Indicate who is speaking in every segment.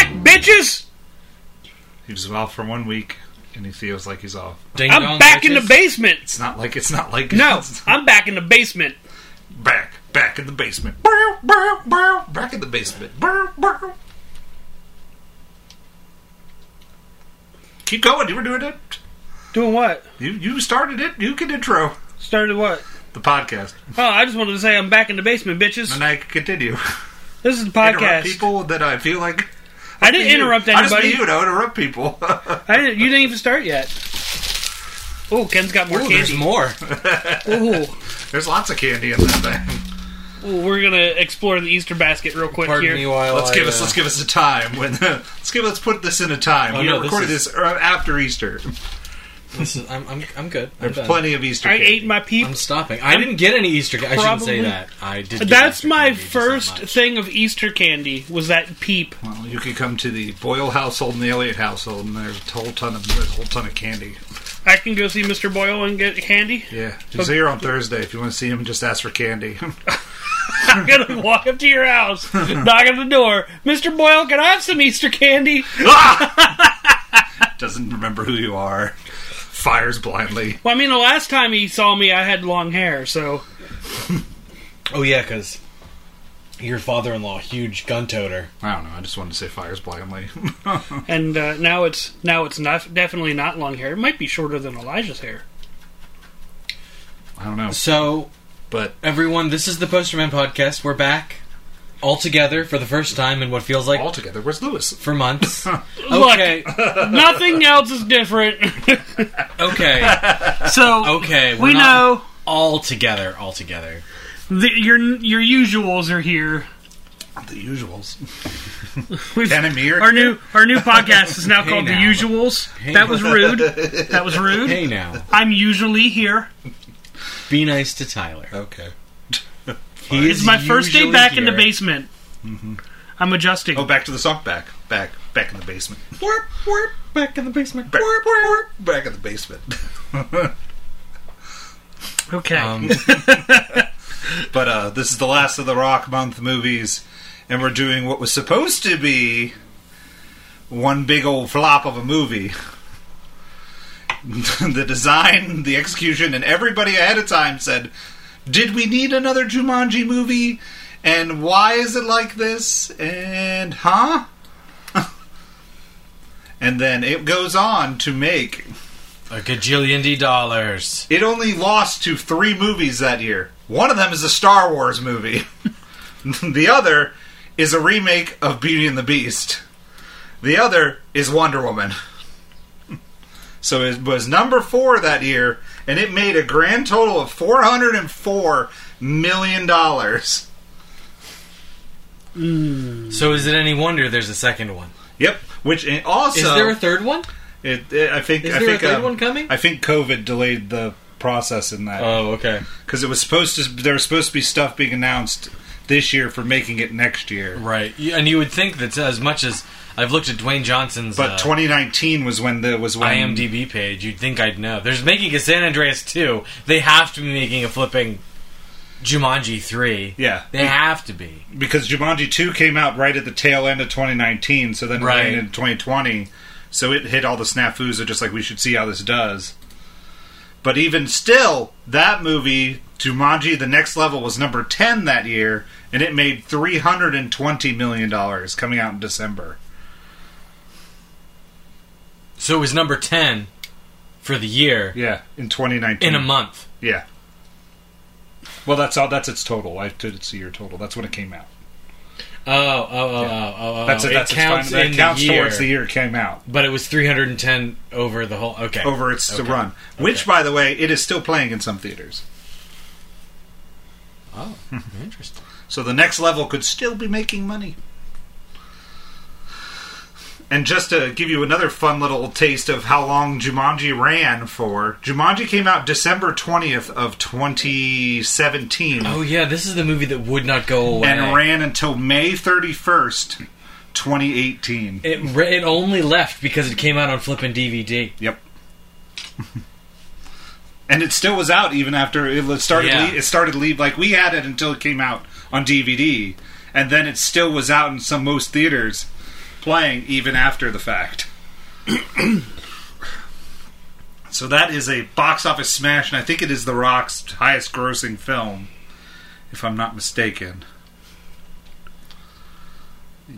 Speaker 1: bitches!
Speaker 2: He's off for one week, and he feels like he's off.
Speaker 3: Ding
Speaker 1: I'm
Speaker 3: dong,
Speaker 1: back in the
Speaker 3: bitches.
Speaker 1: basement!
Speaker 2: It's not like it's not like
Speaker 1: No,
Speaker 2: it's
Speaker 1: I'm back in the basement.
Speaker 2: back back in the basement. Bow, bow, bow, Back in the basement. Bow, bow. Keep going. You were doing it.
Speaker 1: Doing what?
Speaker 2: You you started it. You can intro
Speaker 1: Started what?
Speaker 2: the podcast,
Speaker 1: Oh, I just wanted to say I'm back in the basement, bitches.
Speaker 2: and I can continue.
Speaker 1: This is the
Speaker 2: Interrupt
Speaker 1: podcast.
Speaker 2: people that I feel like
Speaker 1: I didn't interrupt
Speaker 2: I just
Speaker 1: anybody.
Speaker 2: need you to interrupt people.
Speaker 1: I didn't, you didn't even start yet. Oh, Ken's got more
Speaker 3: Ooh, there's
Speaker 1: candy.
Speaker 3: more.
Speaker 1: Ooh.
Speaker 2: There's lots of candy in that thing.
Speaker 1: Ooh, we're gonna explore the Easter basket real quick
Speaker 3: Pardon
Speaker 1: here.
Speaker 3: me while
Speaker 2: Let's
Speaker 3: I,
Speaker 2: give us
Speaker 3: uh,
Speaker 2: let's give us a time when let's give let's put this in a time.
Speaker 3: Oh,
Speaker 2: we
Speaker 3: no,
Speaker 2: are
Speaker 3: this
Speaker 2: recorded
Speaker 3: is-
Speaker 2: this uh, after Easter.
Speaker 3: This is, I'm, I'm, I'm good. I'm
Speaker 2: There's
Speaker 3: done.
Speaker 2: plenty of Easter.
Speaker 1: I
Speaker 2: candy.
Speaker 1: ate my peep.
Speaker 3: I'm stopping. I didn't get any Easter candy. I shouldn't say
Speaker 1: Probably-
Speaker 3: that. I did. get
Speaker 1: That's
Speaker 3: Easter
Speaker 1: my
Speaker 3: candy, just not
Speaker 1: first
Speaker 3: much.
Speaker 1: thing of Easter candy was that peep.
Speaker 2: Well, you could come to the Boyle household and the Elliott household, and there's a whole ton of there's a whole ton of candy.
Speaker 1: I can go see Mr. Boyle and get candy.
Speaker 2: Yeah, he's here on Thursday. If you want to see him, just ask for candy.
Speaker 1: I'm gonna walk up to your house, knock on the door. Mr. Boyle, can I have some Easter candy?
Speaker 2: Doesn't remember who you are. Fires blindly.
Speaker 1: Well, I mean, the last time he saw me, I had long hair, so
Speaker 3: Oh yeah, because your father-in-law, huge gun toter.
Speaker 2: I don't know. I just wanted to say fires blindly.
Speaker 1: and uh, now it's now it's not definitely not long hair. It might be shorter than Elijah's hair.
Speaker 2: I don't know,
Speaker 3: So
Speaker 2: but
Speaker 3: everyone, this is the Posterman podcast. We're back all together for the first time in what feels like
Speaker 2: altogether, where's Lewis?
Speaker 3: for months.
Speaker 1: Look.
Speaker 3: okay,
Speaker 1: Nothing else is different.
Speaker 3: okay,
Speaker 1: so
Speaker 3: okay. We're
Speaker 1: we
Speaker 3: not
Speaker 1: know
Speaker 3: all together, all together.
Speaker 1: the, your your usuals are here.
Speaker 2: The usuals.
Speaker 1: We've-
Speaker 2: Tanamir.
Speaker 1: Our new our new podcast is now
Speaker 3: Hey
Speaker 1: called
Speaker 3: now.
Speaker 1: The Usuals. that was rude. That was rude.
Speaker 3: Hey now,
Speaker 1: I'm usually here.
Speaker 3: be nice to Tyler.
Speaker 2: Okay.
Speaker 3: He
Speaker 1: It's my first day
Speaker 3: usually
Speaker 1: back in the
Speaker 3: here. Mm-hmm.
Speaker 1: basement. I'm adjusting.
Speaker 2: Oh, back to the song. Back, back, back in the basement.
Speaker 3: Warp, warp, back in the basement.
Speaker 2: Back,
Speaker 3: Warp, warp.
Speaker 2: back in the basement.
Speaker 1: Okay.
Speaker 3: Um,
Speaker 2: But uh, this is the last of the Rock Month movies, and we're doing what was supposed to be one big old flop of a movie. the design, the execution, and everybody ahead of time said, Did we need another Jumanji movie? And why is it like this? And huh? and then it goes on to make
Speaker 3: a gajillion D dollars.
Speaker 2: it only lost to three movies that year. One of them is a Star Wars movie. the other is a remake of Beauty and the Beast. The other is Wonder Woman. So it was number four that year, and it made a grand total of four hundred and four million dollars.
Speaker 3: So is it any wonder there's a second one?
Speaker 2: Yep. Which and also
Speaker 3: Is there a third one?
Speaker 2: it, it- I think
Speaker 3: Is
Speaker 2: I
Speaker 3: there
Speaker 2: think
Speaker 3: a third
Speaker 2: um,
Speaker 3: one coming?
Speaker 2: I think COVID delayed the process in that.
Speaker 3: Oh, okay.
Speaker 2: because it was supposed to there was supposed to be stuff being announced this year for making it next year
Speaker 3: Right. You- And you would think that as much as I've looked at Dwayne Johnson's
Speaker 2: but
Speaker 3: uh,
Speaker 2: 2019 was when the was when
Speaker 3: IMDb page, you'd think I'd know. There's making a San Andreas 2. They have to be making a flipping Jumanji 3.
Speaker 2: yeah
Speaker 3: They have to be.
Speaker 2: because Jumanji 2 came out right at the tail end of 2019 so then
Speaker 3: Right.
Speaker 2: it landed in 2020 so it hit all the snafus of just like we should see how this does but even still that movie Jumanji the next level was number 10 that year and it made 320 million dollars coming out in December
Speaker 3: So it was number 10 for the year
Speaker 2: yeah in 2019
Speaker 3: in a month.
Speaker 2: Yeah. Well, that's all. That's its total. I did its year total. That's when it came out.
Speaker 3: Oh, oh, oh, oh, oh, oh.
Speaker 2: That's
Speaker 3: it
Speaker 2: that's its
Speaker 3: counts
Speaker 2: final- that
Speaker 3: in
Speaker 2: counts
Speaker 3: the year,
Speaker 2: towards the year it came out
Speaker 3: But it was 310 over the whole. Okay.
Speaker 2: over its
Speaker 3: Okay.
Speaker 2: run. Which, by the way, it is still playing in some theaters.
Speaker 3: Oh, interesting.
Speaker 2: So the next level could still be making money. And just to give you another fun little taste of how long Jumanji ran for, Jumanji came out December twentieth of twenty seventeen.
Speaker 3: Oh yeah, this is the movie that would not go away.
Speaker 2: And ran until May 31st, 2018.
Speaker 3: It ra- it only left because it came out on flipping DVD.
Speaker 2: Yep. and it still was out even after it was- started.
Speaker 3: Yeah.
Speaker 2: le- it started leave like we had it until it came out on DVD, and then it still was out in some most theaters playing even after the fact. so that is a box office smash, and I think it is The Rock's highest grossing film, if I'm not mistaken.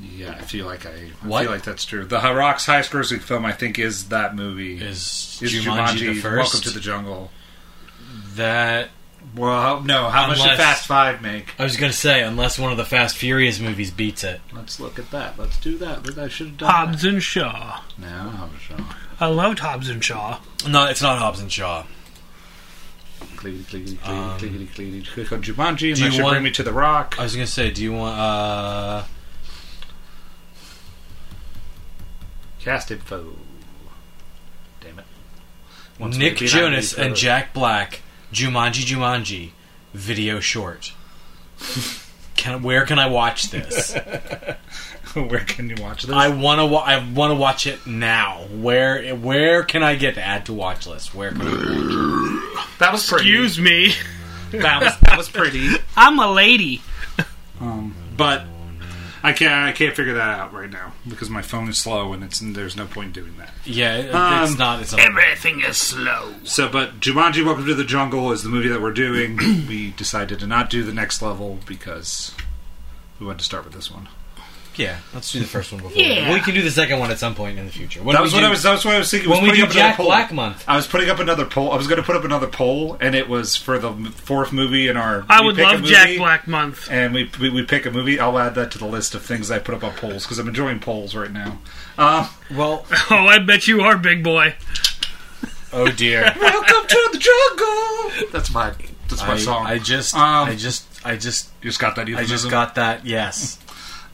Speaker 2: Yeah, I feel like I, I
Speaker 3: What?
Speaker 2: feel like that's true. The Rock's highest grossing film, I think, is that movie.
Speaker 3: Is,
Speaker 2: Is
Speaker 3: Jumanji, the first?
Speaker 2: Welcome to the Jungle.
Speaker 3: that
Speaker 2: Well, how- no. How much did
Speaker 3: Unless-
Speaker 2: Fast Five make?
Speaker 3: I was gonna say, unless one of the Fast Furious movies beats it.
Speaker 2: Let's look at that. Let's do that. Look, I should have done
Speaker 3: Ah.
Speaker 4: Hobbs and Shaw.
Speaker 2: that. No, Hobbs Shaw.
Speaker 4: I loved Hobbs and Shaw.
Speaker 3: No, it's not Hobbs and Shaw.
Speaker 2: Clickety, clickety, clickety, clickety, clickety. Click on Jumanji, and
Speaker 3: Um, do you
Speaker 2: that should
Speaker 3: want-
Speaker 2: bring me to The Rock.
Speaker 3: I was gonna say, do you want? uh...
Speaker 2: Cast info. Damn it. Once
Speaker 3: Nick
Speaker 2: we beat
Speaker 3: Jonas
Speaker 2: on these
Speaker 3: and
Speaker 2: photos.
Speaker 3: Jack Black, Jumanji Jumanji, video short. Can, where can I watch this?
Speaker 2: Where can you watch this?
Speaker 3: I wanna wa- I wanna watch it now. Where where can I get to add to watch list? Where can I
Speaker 2: that was pretty.
Speaker 4: Excuse me.
Speaker 2: That was that was pretty.
Speaker 4: I'm a lady.
Speaker 2: Um, but I can't I can't figure that out right now because my phone is slow and it's there's no point doing that.
Speaker 3: Yeah, it-
Speaker 2: Um,
Speaker 3: it's not it's not
Speaker 4: Everything is slow.
Speaker 2: So, but Jumanji: Welcome to the Jungle is the movie that we're doing. we decided to not do the next level because we wanted to start with this one.
Speaker 3: Yeah, let's do the first one before.
Speaker 4: Yeah.
Speaker 3: We can do the second one at some point in the future. When
Speaker 2: That
Speaker 3: we
Speaker 2: was what
Speaker 3: do-
Speaker 2: I was. That was what I was thinking. was
Speaker 3: when we
Speaker 2: putting
Speaker 3: do
Speaker 2: up another
Speaker 3: Jack
Speaker 2: poll.
Speaker 3: Black month.
Speaker 2: I was putting up another poll. I was going to put up another poll, and it was for the m- fourth movie in our.
Speaker 4: I
Speaker 2: we
Speaker 4: would
Speaker 2: pick a
Speaker 4: love
Speaker 2: movie,
Speaker 4: Jack Black Month.
Speaker 2: And we, we we pick a movie. I'll add that to the list of things I put up on polls because I'm enjoying polls right now. Um,
Speaker 3: Well,
Speaker 4: Oh, I bet you are, big boy.
Speaker 3: oh dear.
Speaker 2: Welcome to the jungle. That's my that's my
Speaker 3: I,
Speaker 2: song.
Speaker 3: I just
Speaker 2: Um,
Speaker 3: I just I just
Speaker 2: you just got that.
Speaker 3: I just
Speaker 2: euphemism?
Speaker 3: got that. Yes.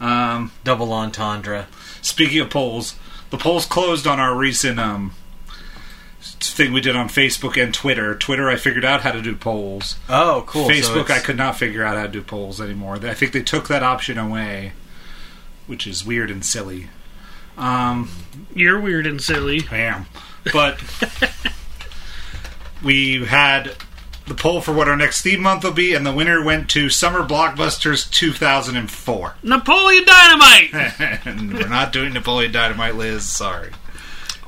Speaker 2: Um,
Speaker 3: Double entendre.
Speaker 2: Speaking of polls, the polls closed on our recent um, thing we did on Facebook and Twitter. Twitter, I figured out how to do polls.
Speaker 3: Oh, cool. So
Speaker 2: Facebook, I
Speaker 3: it's-
Speaker 2: could not figure out how to do polls anymore. I think they took that option away, which is weird and silly. Um,
Speaker 4: You're weird and silly.
Speaker 2: I am. But we had the poll for what our next theme month will be, and the winner went to Summer Blockbusters 2004.
Speaker 4: Napoleon Dynamite!
Speaker 2: and we're not doing Napoleon Dynamite, Liz. Sorry.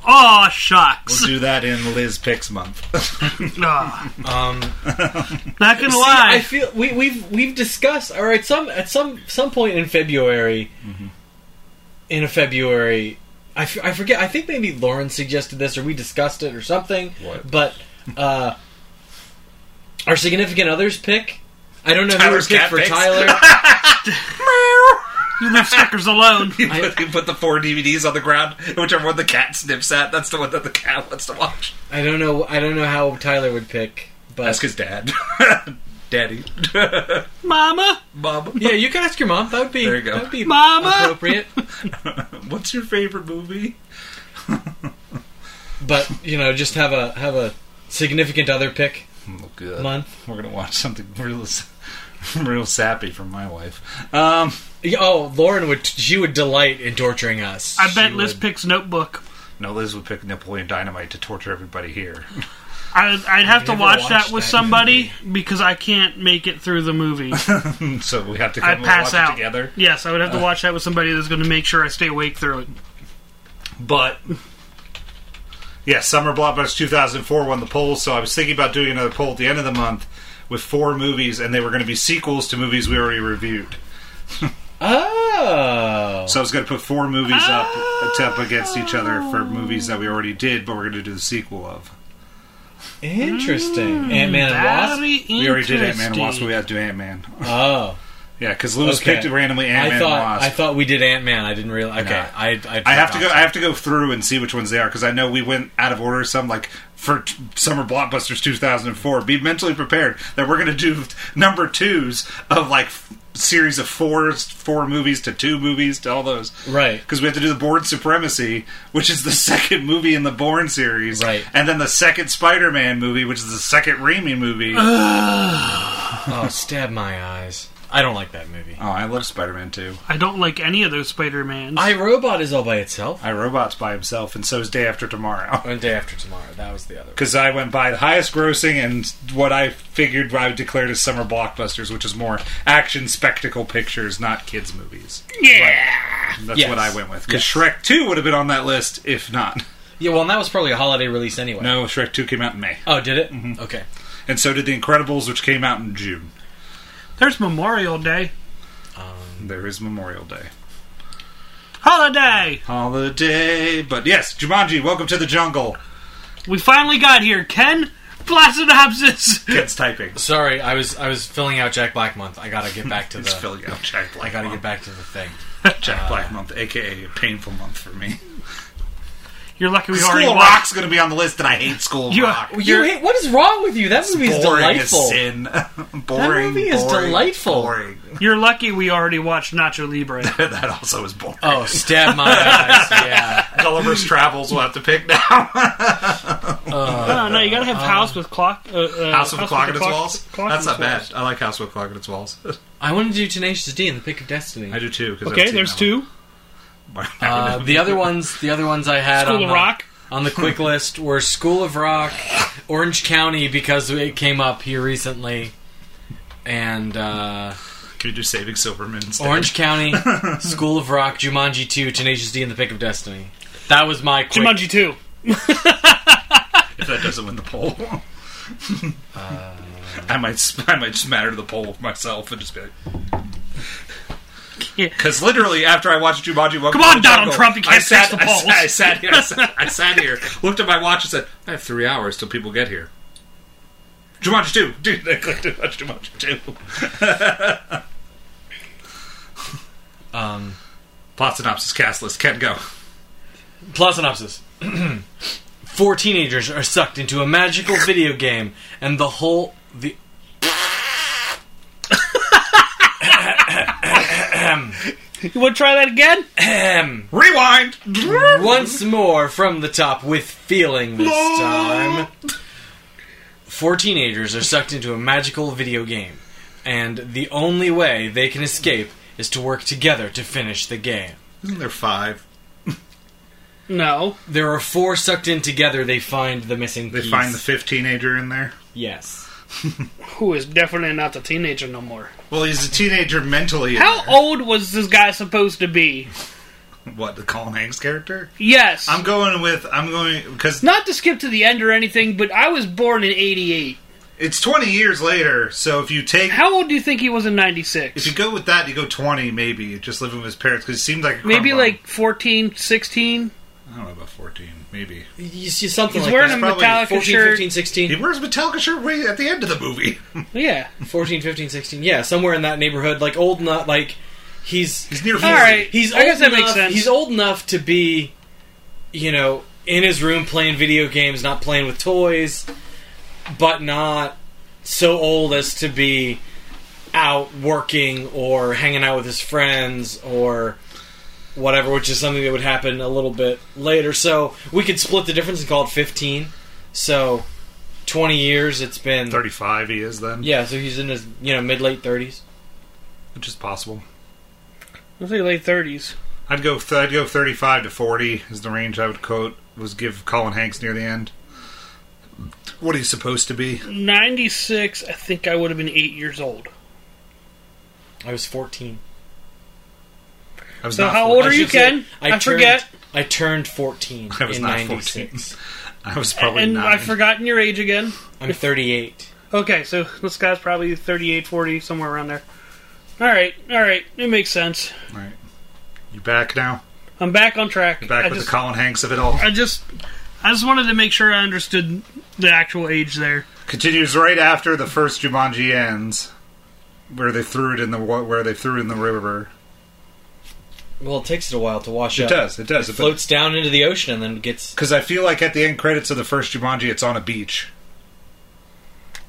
Speaker 4: Aw, shucks.
Speaker 2: We'll do that in Liz Picks Month.
Speaker 4: Ah,
Speaker 3: Um,
Speaker 4: not gonna
Speaker 3: See, I
Speaker 4: lie.
Speaker 3: feel we, we've we've discussed or at some at some some point in February,
Speaker 2: Mm-hmm.
Speaker 3: in a February, I, f- I forget. I think maybe Lauren suggested this or we discussed it or something.
Speaker 2: What?
Speaker 3: But uh, our significant others pick. I don't know
Speaker 2: Tyler's
Speaker 3: who was picked
Speaker 2: cat
Speaker 3: for
Speaker 2: picks.
Speaker 3: Tyler.
Speaker 4: You leave stickers alone.
Speaker 2: you, put, you put the four DVDs on the ground, and whichever one the cat sniffs at, that's the one that the cat wants to watch.
Speaker 3: I don't know. I don't know how Tyler would pick. But
Speaker 2: Ask his dad. Daddy.
Speaker 4: Mama!
Speaker 2: Mom.
Speaker 3: yeah, you can ask your mom. That would be
Speaker 2: There you go.
Speaker 3: That would be
Speaker 4: Mama!
Speaker 3: appropriate.
Speaker 2: What's your favorite movie?
Speaker 3: But you know, just have a have a significant other pick
Speaker 2: Oh, good.
Speaker 3: month.
Speaker 2: We're going to watch something real, real sappy from my wife. Um,
Speaker 3: Yeah, Oh, Lauren would she would delight in torturing us.
Speaker 4: I bet
Speaker 3: She
Speaker 4: Liz
Speaker 3: would.
Speaker 4: picks Notebook.
Speaker 2: no, Liz would pick Napoleon Dynamite to torture everybody here.
Speaker 4: I, I'd have to
Speaker 3: never
Speaker 4: watch
Speaker 3: watched
Speaker 4: that with
Speaker 3: that
Speaker 4: somebody because I can't make it through the movie.
Speaker 2: so we have to
Speaker 4: I'd
Speaker 2: come and
Speaker 4: pass
Speaker 2: watch
Speaker 4: out.
Speaker 2: it together.
Speaker 4: Yes, I would have to watch that with somebody that's going to make sure I stay awake through it.
Speaker 2: But yeah, Summer Blockbuster 2004 won the poll, so I was thinking about doing another poll at the end of the month with four movies, and they were going to be sequels to movies we already reviewed.
Speaker 3: Oh,
Speaker 2: So I was going to put four movies up, up against each other for movies that we already did, but we're going to do the sequel of.
Speaker 4: Mm,
Speaker 3: interesting. Ant Man and Wasp.
Speaker 4: Very
Speaker 2: We already did Ant Man and
Speaker 4: interesting.
Speaker 2: Wasp. We had to do Ant Man.
Speaker 3: Oh,
Speaker 2: Yeah, because Lewis
Speaker 3: Okay.
Speaker 2: picked randomly Ant
Speaker 3: I
Speaker 2: Man and
Speaker 3: thought
Speaker 2: Wasp.
Speaker 3: I thought we did Ant Man. I didn't realize. Okay,
Speaker 2: Nah.
Speaker 3: I I,
Speaker 2: I have to go. I have to go through and see which ones they are because I know we went out of order. Some like for t- summer blockbusters 2004. Be mentally prepared that we're going to do number twos of like f- series of fours, four movies to two movies to all those.
Speaker 3: Right.
Speaker 2: Because we have to do the Bourne Supremacy, which is the second movie in the Bourne series,
Speaker 3: Right.
Speaker 2: And then the second Spider-Man movie, which is the second Raimi movie.
Speaker 3: Oh, stab my eyes. I don't like that movie.
Speaker 2: Oh, I love Spider Man 2.
Speaker 1: I don't like any of those Spider-Mans.
Speaker 3: I Robot is all by itself.
Speaker 2: I Robot's by himself, and so is Day After Tomorrow.
Speaker 3: One day after tomorrow. That was the other.
Speaker 2: Because I went by the highest grossing and what I figured I would declare as summer blockbusters, which is more action spectacle pictures, not kids' movies.
Speaker 1: yeah.
Speaker 2: That's
Speaker 3: Yes.
Speaker 2: what I went with. Because
Speaker 3: Yes.
Speaker 2: Shrek 2 would have been on that list if not.
Speaker 3: Yeah, well, and that was probably a holiday release anyway.
Speaker 2: No, Mm-hmm. Shrek 2 came out in May.
Speaker 3: Oh, did it? Okay.
Speaker 2: And so did The Incredibles, which came out in June.
Speaker 1: There's Memorial Day.
Speaker 2: There is Memorial Day.
Speaker 1: Holiday.
Speaker 2: Holiday. But yes, Jumanji, welcome to the jungle.
Speaker 1: We finally got here. Ken Placidopsis.
Speaker 2: Kids typing.
Speaker 3: Sorry, I was I was filling out Jack Black month. I gotta get back to
Speaker 2: It's
Speaker 3: the.
Speaker 2: filling out Jack Black.
Speaker 3: I gotta get
Speaker 2: Month.
Speaker 3: back to the thing.
Speaker 2: Jack Black Month, aka a painful month for me.
Speaker 1: You're lucky we already
Speaker 2: School
Speaker 1: watched.
Speaker 2: Rock's gonna be on the list, and I hate School
Speaker 1: You-
Speaker 2: Rock.
Speaker 3: You hate, what is wrong with you? That movie's
Speaker 2: boring
Speaker 3: delightful.
Speaker 2: as sin. boring.
Speaker 3: movie is
Speaker 2: boring,
Speaker 3: delightful.
Speaker 2: Boring.
Speaker 1: You're lucky we already watched Nacho Libre.
Speaker 2: that also is boring.
Speaker 3: Oh, stab my eyes! Yeah.
Speaker 2: Gulliver's Travels. We'll have to pick now.
Speaker 1: Uh, no, no, you gotta have House with Clock. Uh, uh,
Speaker 2: House with a Clock in its
Speaker 1: Clock-
Speaker 2: walls.
Speaker 1: Clock
Speaker 2: That's
Speaker 1: in
Speaker 2: not
Speaker 1: its
Speaker 2: bad.
Speaker 1: Walls.
Speaker 2: I like House with a Clock in its walls.
Speaker 3: I want to do Tenacious D and the Pick of Destiny.
Speaker 2: I do too. 'cause I've
Speaker 1: Okay,
Speaker 2: seen
Speaker 1: there's
Speaker 2: that
Speaker 1: two.
Speaker 2: one.
Speaker 3: Uh, the other ones, the other ones I had
Speaker 1: School
Speaker 3: on
Speaker 1: of
Speaker 2: Uh-huh.
Speaker 3: the,
Speaker 1: Rock.
Speaker 3: on the quick list were School of Rock, Orange County because it came up here recently, and uh,
Speaker 2: Can you do Saving Silverman instead?
Speaker 3: Orange County, School of Rock, Jumanji Two, Tenacious D, and the Pick of Destiny. That was my quick.
Speaker 1: Jumanji 2.
Speaker 2: if that doesn't win the poll. I might sp- I might smatter the poll myself and just be like.
Speaker 1: Yeah.
Speaker 2: Because literally, after I watched Jumanji, Welcome
Speaker 1: Come
Speaker 2: to
Speaker 1: on,
Speaker 2: the
Speaker 1: Donald
Speaker 2: Jungle,
Speaker 1: Trump, you
Speaker 2: I
Speaker 1: can't
Speaker 2: sat,
Speaker 1: fix the
Speaker 2: I
Speaker 1: polls.
Speaker 2: sat- I sat here. I sat, I sat here. Looked at my watch and said, "I have three hours till people get here." Jumanji two, dude. I clicked to watch Jumanji two.
Speaker 3: Um,
Speaker 2: Plot synopsis, cast list, can't go.
Speaker 3: plot synopsis. Four teenagers are sucked into a magical video game, and the whole the
Speaker 1: You wanna try that again?
Speaker 3: ahem,
Speaker 2: Rewind.
Speaker 3: once more from the top with feeling this time. Four teenagers are sucked into a magical video game, and the only way they can escape is to work together to finish the game.
Speaker 2: Isn't there five?
Speaker 1: No.
Speaker 3: There are four sucked in together. They find the missing.
Speaker 2: They
Speaker 3: piece.
Speaker 2: find the fifth teenager in there.
Speaker 3: yes.
Speaker 1: Who is definitely not the teenager no more.
Speaker 2: Well, he's a teenager mentally. in
Speaker 1: How
Speaker 2: there.
Speaker 1: old was this guy supposed to be?
Speaker 2: What the Colin Hanks character?
Speaker 1: Yes.
Speaker 2: I'm going with I'm going because
Speaker 1: not to skip to the end or anything, but I was born in 88.
Speaker 2: it's 20 years later. So if you take
Speaker 1: How old do you think he was in
Speaker 2: if you
Speaker 1: 96?
Speaker 2: go with that, you go 20 maybe just living with his parents because it seemed like a crumb
Speaker 1: Maybe
Speaker 2: bum.
Speaker 1: like 14, 16?
Speaker 2: I don't know about 14 maybe
Speaker 3: You, you see something
Speaker 1: He's
Speaker 3: like
Speaker 1: wearing a
Speaker 3: that.
Speaker 2: probably
Speaker 1: Metallica
Speaker 3: 14,
Speaker 1: shirt.
Speaker 3: 15,
Speaker 2: he
Speaker 3: 16.
Speaker 2: wears Metallica shirt way at the end of the movie.
Speaker 1: Yeah.
Speaker 3: 14, 15, 16. Yeah, somewhere in that neighborhood. Like old enough. Like he's
Speaker 2: He's near 40.
Speaker 1: All right.
Speaker 3: he's
Speaker 1: I
Speaker 3: old
Speaker 1: guess that
Speaker 3: enough,
Speaker 1: makes sense.
Speaker 3: He's old enough to be, you know, in his room playing video games, not playing with toys, but not so old as to be out working or hanging out with his friends or whatever, which is something that would happen a little bit later. So we could split the difference and call it fifteen. So twenty years. It's been
Speaker 2: 35 he is then,
Speaker 3: Yeah, so he's in his you know mid late thirties.
Speaker 2: which is possible.
Speaker 1: I think late 30s.
Speaker 2: I'd go th- I'd go 35 to 40 is the range I would quote was give Colin Hanks near the end. What he's supposed to be.
Speaker 1: 96, I think I would have been 8 years old.
Speaker 3: I was fourteen.
Speaker 2: I was
Speaker 1: So
Speaker 2: not
Speaker 1: how
Speaker 2: 40.
Speaker 1: old are
Speaker 3: I
Speaker 1: you,
Speaker 3: should say,
Speaker 1: Ken?
Speaker 3: I
Speaker 1: I forget.
Speaker 3: I turned 14
Speaker 2: I was
Speaker 3: in
Speaker 2: not
Speaker 3: 96.
Speaker 2: I was probably
Speaker 1: and
Speaker 2: nine.
Speaker 1: I've forgotten your age again.
Speaker 3: I'm 38.
Speaker 1: Okay, so this guy's probably 38, 40, somewhere around there. All right, all right. It makes sense.
Speaker 2: Right. You back now?
Speaker 1: I'm back on track.
Speaker 2: Back
Speaker 1: I
Speaker 2: with
Speaker 1: just,
Speaker 2: the Colin Hanks of it all.
Speaker 1: I just, I just wanted to make sure I understood the actual age there.
Speaker 2: Continues right after the first Jumanji ends, where they threw it in the wa- where they threw it in the river.
Speaker 3: Well, it takes it a while to wash
Speaker 2: It
Speaker 3: up.
Speaker 2: does. It does.
Speaker 3: Floats down into the ocean and then gets.
Speaker 2: Because I feel like at the end credits of the first Jumanji, it's on a beach.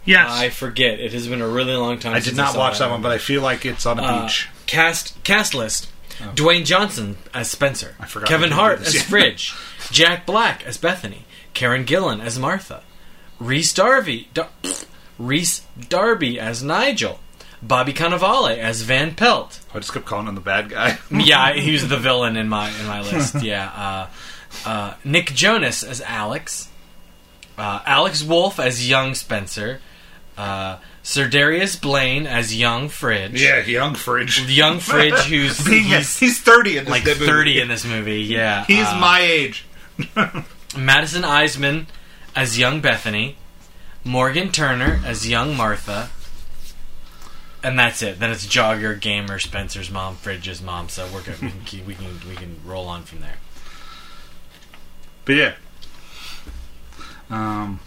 Speaker 1: Yes.
Speaker 3: I forget. It has been a really long time.
Speaker 2: I did
Speaker 3: since
Speaker 2: not
Speaker 3: saw
Speaker 2: watch that one, but I feel like it's on a
Speaker 3: Uh,
Speaker 2: beach.
Speaker 3: Cast cast list: Dwayne Johnson as Spencer. I
Speaker 2: Oh. forgot we
Speaker 3: Kevin
Speaker 2: could
Speaker 3: Hart
Speaker 2: do
Speaker 3: as
Speaker 2: this.
Speaker 3: Fridge. Jack Black as Bethany. Karen Gillan as Martha. Reese Darby. Dar- Reese Darby as Nigel. Bobby Cannavale as Van Pelt.
Speaker 2: I just kept calling him the bad guy.
Speaker 3: yeah, he was the villain in my in my list. Yeah, uh, uh, Nick Jonas as Alex, uh, Alex Wolf as young Spencer, uh, Sir Darius Blaine as young Fridge.
Speaker 2: yeah, young Fridge.
Speaker 3: young Fridge, who's
Speaker 2: Being
Speaker 3: he's
Speaker 2: he's, thirty in this
Speaker 3: like
Speaker 2: dead movie.
Speaker 3: thirty in this movie. Yeah,
Speaker 2: He's
Speaker 3: uh,
Speaker 2: my age.
Speaker 3: Madison Eisman as young Bethany, Morgan Turner as young Martha, and that's it. Then it's Jogger, Gamer, Spencer's mom, Fridge's mom. So we're good. We can keep, we can we can roll on from there.
Speaker 2: But yeah. Um,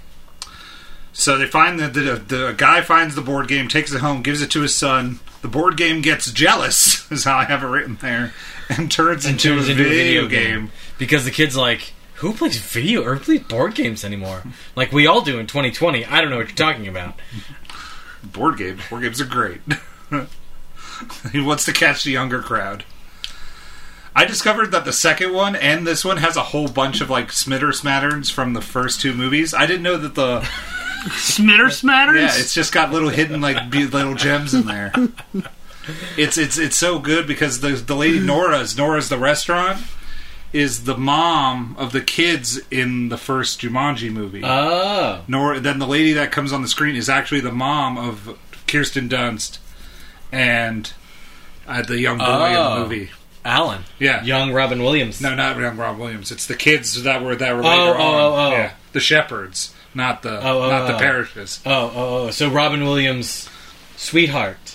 Speaker 2: so they find that the, the guy finds the board game, takes it home, gives it to his son. The board game gets jealous, is how I have it written there, and turns, into,
Speaker 3: turns
Speaker 2: a,
Speaker 3: into a
Speaker 2: video
Speaker 3: video
Speaker 2: game.
Speaker 3: game. because the kid's like, who plays video or who plays board games anymore? Like we all do in 2020. I don't know what you're talking about.
Speaker 2: Board games, board games are great. he wants to catch the younger crowd. I discovered that the second one and this one has a whole bunch of like smitter smatterns from the first two movies. I didn't know that the
Speaker 1: Smitter smatters.
Speaker 2: Yeah, it's just got little hidden like be- little gems in there. It's it's it's so good because the the lady Nora's Nora's the restaurant is the mom of the kids in the first Jumanji movie.
Speaker 3: Oh,
Speaker 2: Nora then the lady that comes on the screen is actually the mom of Kirsten Dunst and uh, the young boy in
Speaker 3: Oh.
Speaker 2: the movie.
Speaker 3: Alan,
Speaker 2: Yeah.
Speaker 3: young Robin Williams.
Speaker 2: No, not young Rob Williams. It's the kids that were that were
Speaker 3: Oh,
Speaker 2: later
Speaker 3: oh,
Speaker 2: on.
Speaker 3: oh, oh.
Speaker 2: Yeah, the shepherds, not the
Speaker 3: Oh, oh,
Speaker 2: not the
Speaker 3: oh.
Speaker 2: parishes.
Speaker 3: Oh, oh, oh, so Robin Williams, sweetheart.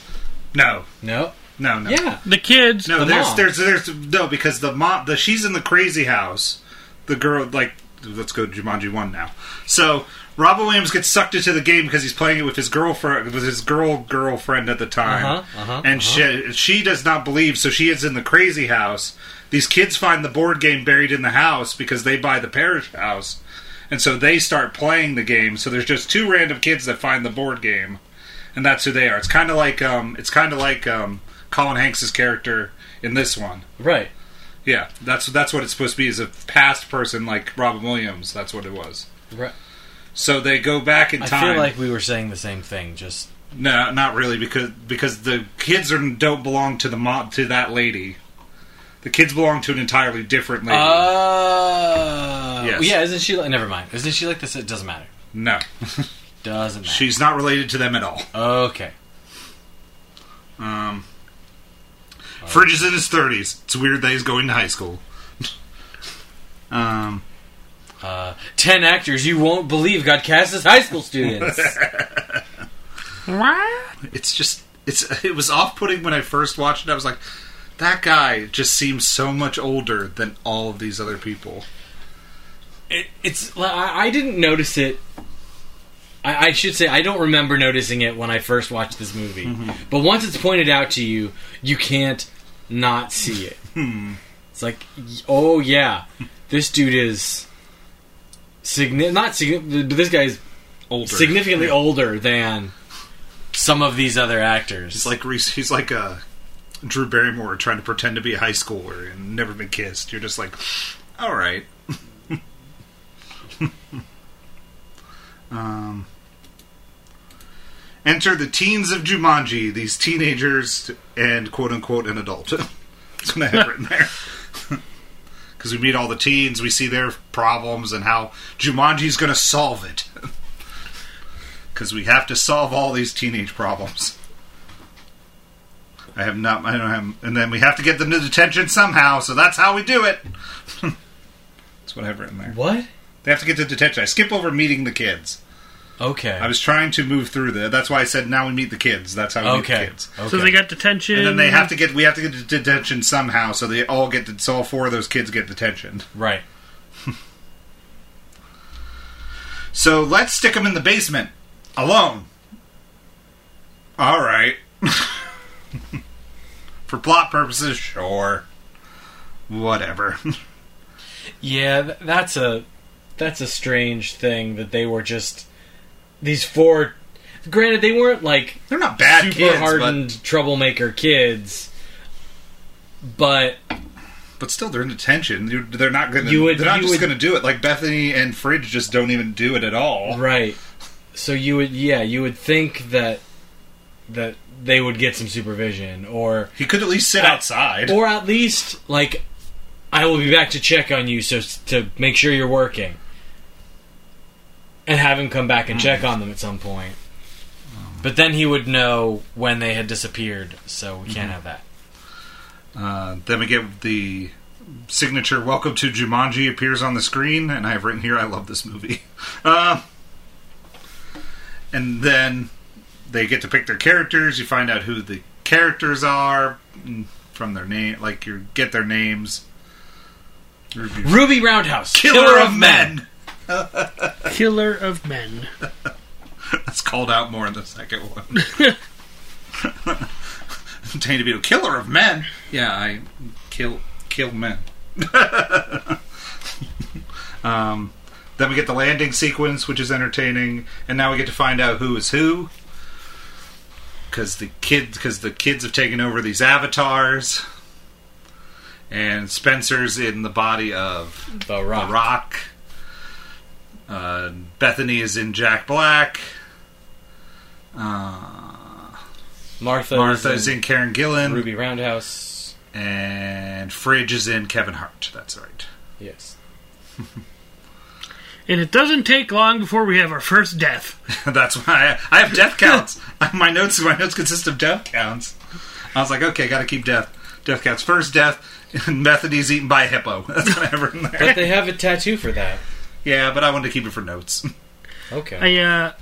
Speaker 2: No,
Speaker 3: No,
Speaker 2: no, no.
Speaker 3: yeah,
Speaker 1: the kids.
Speaker 2: No,
Speaker 3: The
Speaker 2: there's
Speaker 3: mom.
Speaker 2: there's there's no because the mom the she's in the crazy house. The girl like let's go Jumanji one now. So Robin Williams gets sucked into the game because he's playing it with his girlfriend with his girl girlfriend at the time,
Speaker 3: Uh-huh, uh-huh,
Speaker 2: and she she does not believe. So she is in the crazy house. These kids find the board game buried in the house because they buy the parish house, and so they start playing the game. So there's just two random kids that find the board game and that's who they are. It's kind of like um, it's kind of like um, Colin Hanks's character in this one.
Speaker 3: right.
Speaker 2: Yeah, that's that's what it's supposed to be. Is a past person like Robin Williams. That's what it was.
Speaker 3: right.
Speaker 2: So they go back in
Speaker 3: I
Speaker 2: time.
Speaker 3: feel like we were saying the same thing. Just
Speaker 2: no, not really, because because the kids are, don't belong to the mo- to that lady. The kids belong to an entirely different lady.
Speaker 3: Uh. oh,
Speaker 2: Yes.
Speaker 3: yeah. Isn't she like? Never mind. Isn't she like this? It doesn't matter.
Speaker 2: no,
Speaker 3: Doesn't matter.
Speaker 2: she's not related to them at all.
Speaker 3: okay.
Speaker 2: Um,
Speaker 3: Uh.
Speaker 2: Fridge is in his thirties. It's weird that he's going to high school. um.
Speaker 3: Uh, ten actors you won't believe got cast as high school students.
Speaker 1: What?
Speaker 2: it's just it's it was off-putting when I first watched it. I was like, that guy just seems so much older than all of these other people.
Speaker 3: it, it's like, I I didn't notice it. I, I should say I don't remember noticing it when I first watched this movie.
Speaker 2: Mm-hmm.
Speaker 3: But once it's pointed out to you, you can't not see it.
Speaker 2: Hmm.
Speaker 3: it's like, y- oh yeah, this dude is signi- not signi- but this guy is
Speaker 2: Older,
Speaker 3: significantly older than some of these other actors.
Speaker 2: He's like Reese- he's like a Drew Barrymore trying to pretend to be a high schooler and never been kissed. You're just like, all right. um, enter the teens of Jumanji. These teenagers and quote unquote an adult. That's what I have written there. Because we meet all the teens, we see their problems and how Jumanji's going to solve it. Because we have to solve all these teenage problems. I have not. I don't have. And then we have to get them to detention somehow. So that's how we do it. that's what I've written there.
Speaker 3: what?
Speaker 2: They have to get to detention. I skip over meeting the kids.
Speaker 3: Okay.
Speaker 2: I was trying to move through the. That's why I said now we meet the kids. That's how we meet
Speaker 3: okay.
Speaker 2: the kids.
Speaker 3: okay.
Speaker 1: So they got detention.
Speaker 2: And then
Speaker 3: Um,
Speaker 2: they have to get. We have to get to detention somehow. So they all get. So all four of those kids get detention.
Speaker 3: right.
Speaker 2: So let's stick them in the basement alone. All right. For plot purposes, sure. Whatever.
Speaker 3: Yeah, th- that's a that's a strange thing that they were just these four. Granted, they weren't like
Speaker 2: They're not bad
Speaker 3: super
Speaker 2: kids,
Speaker 3: hardened troublemaker kids, but
Speaker 2: but, but still they're in detention. You're, they're not going
Speaker 3: You
Speaker 2: to.
Speaker 3: would-
Speaker 2: They're not
Speaker 3: you
Speaker 2: just
Speaker 3: would-
Speaker 2: going to do it. Like Bethany and Fridge just don't even do it at all.
Speaker 3: right. So you would yeah you would think that that they would get some supervision or
Speaker 2: He could at least sit outside.
Speaker 3: or at least like I will be back to check on you so s- to make sure you're working and have him come back and
Speaker 2: Hmm.
Speaker 3: check on them at some point but then he would know when they had disappeared so we
Speaker 2: Hmm.
Speaker 3: can't have that
Speaker 2: Uh, then we get the signature "Welcome to Jumanji" appears on the screen, and I have written here, "I love this movie." Uh, and then they get to pick their characters. You find out who the characters are mm, from their name, like you get their names. Killer,
Speaker 3: Ruby Roundhouse
Speaker 2: of Men.
Speaker 1: Killer of men.
Speaker 2: That's called out more in the second one. Tanya DeVito, Killer of Men. Yeah, I kill kill men. um, then we get the landing sequence, which is entertaining, and now we get to find out who is who. Because the kids, because the kids have taken over these avatars, and Spencer's in the body of
Speaker 3: The Rock.
Speaker 2: the Rock. Uh, Bethany is in Jack Black.
Speaker 3: Martha
Speaker 2: Martha is in Karen Gillan.
Speaker 3: Ruby Roundhouse
Speaker 2: And Fridge is in Kevin Hart. That's right.
Speaker 3: yes
Speaker 1: And it doesn't take long before we have our first death.
Speaker 2: That's why I, I have death counts. my notes my notes consist of death counts. I was like, okay, got to keep death death counts. First death, and Bethany's eaten by a hippo. That's what I have written there.
Speaker 3: but they have a tattoo for that
Speaker 2: Yeah, but I wanted to keep it for notes.
Speaker 3: okay
Speaker 1: I uh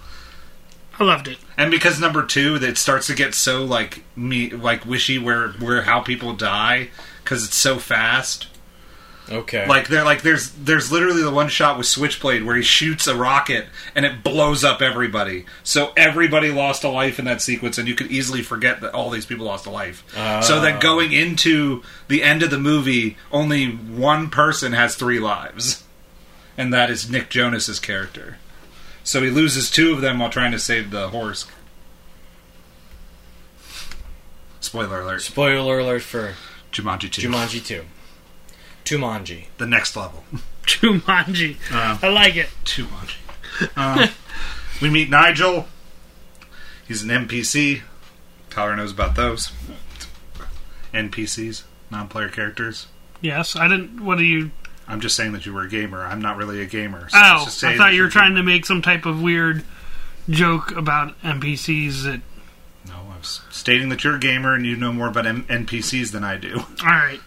Speaker 1: I loved it.
Speaker 2: And because number two, that starts to get so like me, like wishy where where how people die because it's so fast.
Speaker 3: okay
Speaker 2: Like they're like there's there's literally the one shot with Switchblade where he shoots a rocket and it blows up everybody. So everybody lost a life in that sequence, and you could easily forget that all these people lost a life. So that going into the end of the movie, only one person has three lives, and that is Nick Jonas's character. So he loses two of them while trying to save the horse. Spoiler alert:
Speaker 3: spoiler alert for
Speaker 2: Jumanji Two,
Speaker 3: Jumanji 2 Tumanji
Speaker 2: the next level.
Speaker 1: Jumanji.
Speaker 2: Uh,
Speaker 1: I like it.
Speaker 2: too much. Uh, we meet Nigel. He's an NPC. Tyler knows about those NPCs, non-player characters.
Speaker 1: Yes, I didn't what are you
Speaker 2: I'm just saying that you were a gamer. I'm not really a gamer. So
Speaker 1: Oh,
Speaker 2: just
Speaker 1: I
Speaker 2: saying
Speaker 1: thought
Speaker 2: that
Speaker 1: you were
Speaker 2: you're
Speaker 1: trying to
Speaker 2: gamer.
Speaker 1: make some type of weird joke about NPCs that
Speaker 2: No, I was stating that you're a gamer and you know more about M- NPCs than I do
Speaker 1: all right.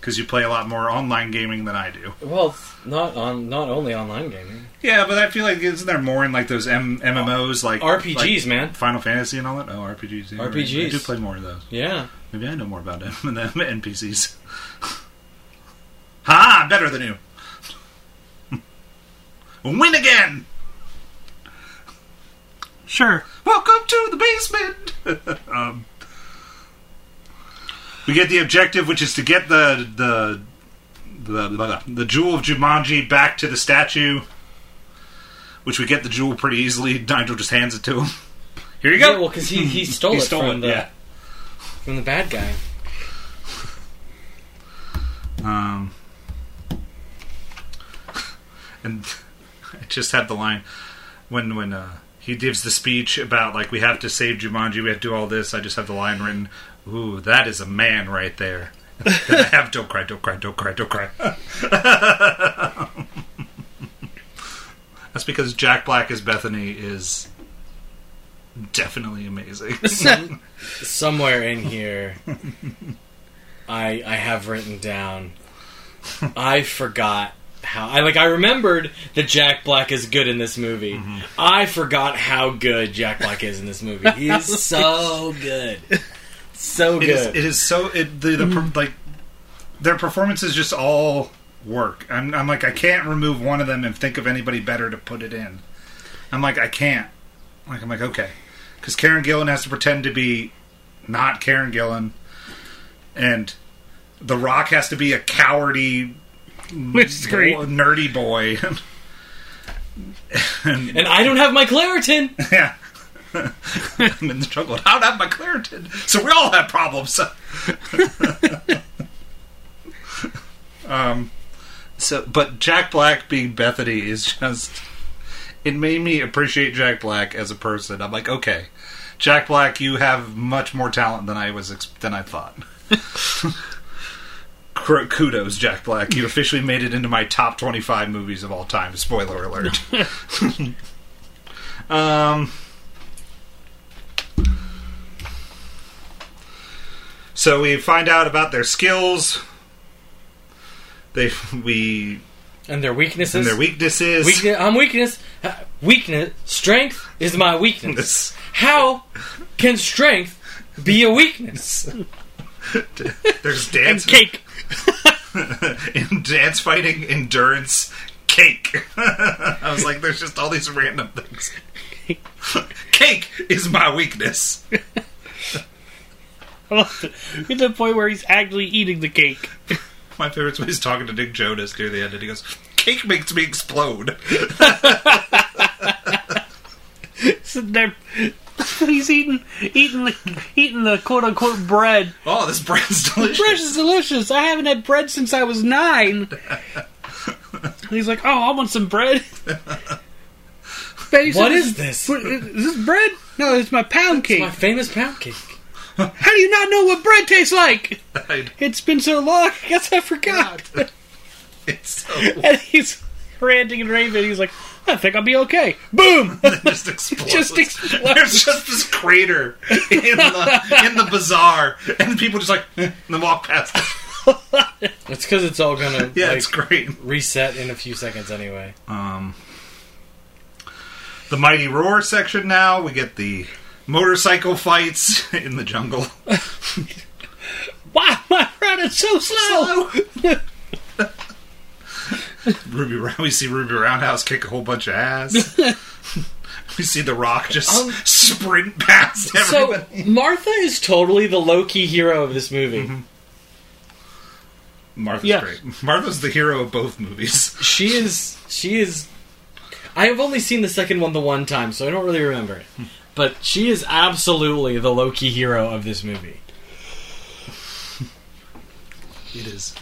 Speaker 2: because you play a lot more online gaming than I do.
Speaker 3: well not on not only online gaming
Speaker 2: Yeah, but I feel like isn't there more in like those M- MMOs like
Speaker 3: RPGs,
Speaker 2: like
Speaker 3: man.
Speaker 2: Final Fantasy and all that? Oh, RPGs. yeah, right. I
Speaker 3: RPGs.
Speaker 2: do play more of those.
Speaker 3: Yeah.
Speaker 2: Maybe I know more about them than them NPCs. ha! I'm better than you. Win again.
Speaker 1: Sure.
Speaker 2: Welcome to the basement. um, we get the objective, which is to get the the the, the, the jewel of Jumanji back to the statue. Which we get the jewel pretty easily. Nigel just hands it to him. Here you go.
Speaker 3: Yeah, well, because he, he stole
Speaker 2: Hmm. he
Speaker 3: it
Speaker 2: stole
Speaker 3: from
Speaker 2: it.
Speaker 3: the
Speaker 2: Yeah.
Speaker 3: from the bad guy.
Speaker 2: Um, and I just had the line when when uh, he gives the speech about like we have to save Jumanji, we have to do all this. I just have the line written. Ooh, that is a man right there. Then I have don't cry, don't cry, don't cry, don't cry. That's because Jack Black as Bethany is definitely amazing.
Speaker 3: Somewhere in here, I I have written down. I forgot how I like. I remembered that Jack Black is good in this movie.
Speaker 2: Mm-hmm.
Speaker 3: I forgot how good Jack Black is in this movie. He is so good, so
Speaker 2: It is.
Speaker 3: good.
Speaker 2: It is so. It, the, the per- like their performances just all work. I'm, I'm like I can't remove one of them and think of anybody better to put it in. I'm like I can't. Like I'm like okay, because Karen Gillan has to pretend to be not Karen Gillan, and The Rock has to be a cowardy, Mm,
Speaker 1: Which is great.
Speaker 2: nerdy boy.
Speaker 3: and I don't have my Claritin.
Speaker 2: yeah. I'm in the struggle. I don't have my Claritin, so we all have problems. um, Um, so, but Jack Black being Bethany is just—it made me appreciate Jack Black as a person. I'm like, okay, Jack Black, you have much more talent than I was ex- than I thought. Cr- Kudos, Jack Black. You officially made it into my top 25 movies of all time. Spoiler alert. um, so we find out about their skills. They we
Speaker 3: and their weaknesses.
Speaker 2: and their weaknesses.
Speaker 3: Weakness, I'm weakness. uh, Weakness. Strength is my weakness.
Speaker 2: This-
Speaker 3: How can strength be a weakness?
Speaker 2: There's dance
Speaker 1: Cake.
Speaker 2: in dance fighting endurance cake. I was like, there's just all these random things. cake is my weakness.
Speaker 1: I love it. Get to the point where he's actually eating the cake.
Speaker 2: My favorite's when he's talking to Nick Jonas near the end, and he goes, "Cake makes me explode."
Speaker 1: Sitting there, he's eating eating the eating the quote unquote bread.
Speaker 2: Oh, this bread's delicious.
Speaker 1: Bread is delicious. I haven't had bread since I was nine. And he's like, oh, I want some bread. Baby,
Speaker 3: What is this?
Speaker 1: what- Is this bread? No, it's my pound cake.
Speaker 3: My famous pound cake.
Speaker 1: How do you not know what bread tastes like?
Speaker 2: I-
Speaker 1: It's been so long. I guess I forgot.
Speaker 2: It's so
Speaker 1: and he's ranting and raving. He's like, I think I'll be okay. Boom!
Speaker 2: it just explodes.
Speaker 1: Just explodes.
Speaker 2: There's just this crater in the in the bazaar, and people just like "Eh," and then walk past. It.
Speaker 3: It's because it's all gonna
Speaker 2: Yeah,
Speaker 3: like,
Speaker 2: it's great.
Speaker 3: reset in a few seconds anyway.
Speaker 2: Um, the mighty roar section. Now we get the motorcycle fights in the jungle.
Speaker 3: Ah,
Speaker 1: Why am I running so slow?
Speaker 2: Ruby, Rou- we see Ruby Roundhouse kick a whole bunch of ass. we see The Rock just
Speaker 3: Um,
Speaker 2: sprint past
Speaker 3: So
Speaker 2: everybody.
Speaker 3: Martha is totally the low key hero of this movie.
Speaker 2: Martha's
Speaker 1: Yes.
Speaker 2: great. Martha's the hero of both movies.
Speaker 3: She is. She is. I have only seen the second one the one time, so I don't really remember it. But she is absolutely the low key hero of this movie.
Speaker 2: It is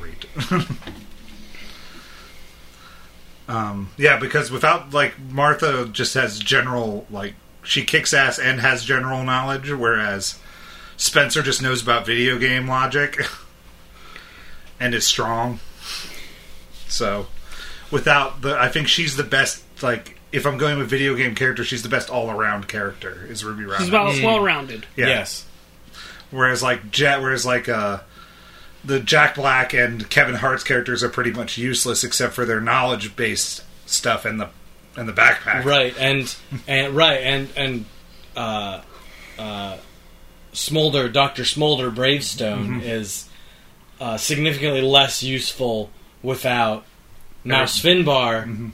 Speaker 2: great. um, yeah, because without like Martha just has general like she kicks ass and has general knowledge, whereas Spencer just knows about video game logic and is strong. So without the, I think she's the best. Like if I'm going with video game character, she's the best all around character. Is Ruby Roundhouse?
Speaker 1: He's about well rounded.
Speaker 2: Yeah.
Speaker 3: Yes.
Speaker 2: Whereas like Jet, whereas like uh, the Jack Black and Kevin Hart's characters are pretty much useless except for their knowledge based stuff and the and the backpack.
Speaker 3: Right. And and right and and uh, uh, Smolder, Doctor Smolder Bravestone is uh, significantly less useful without Mouse Finbar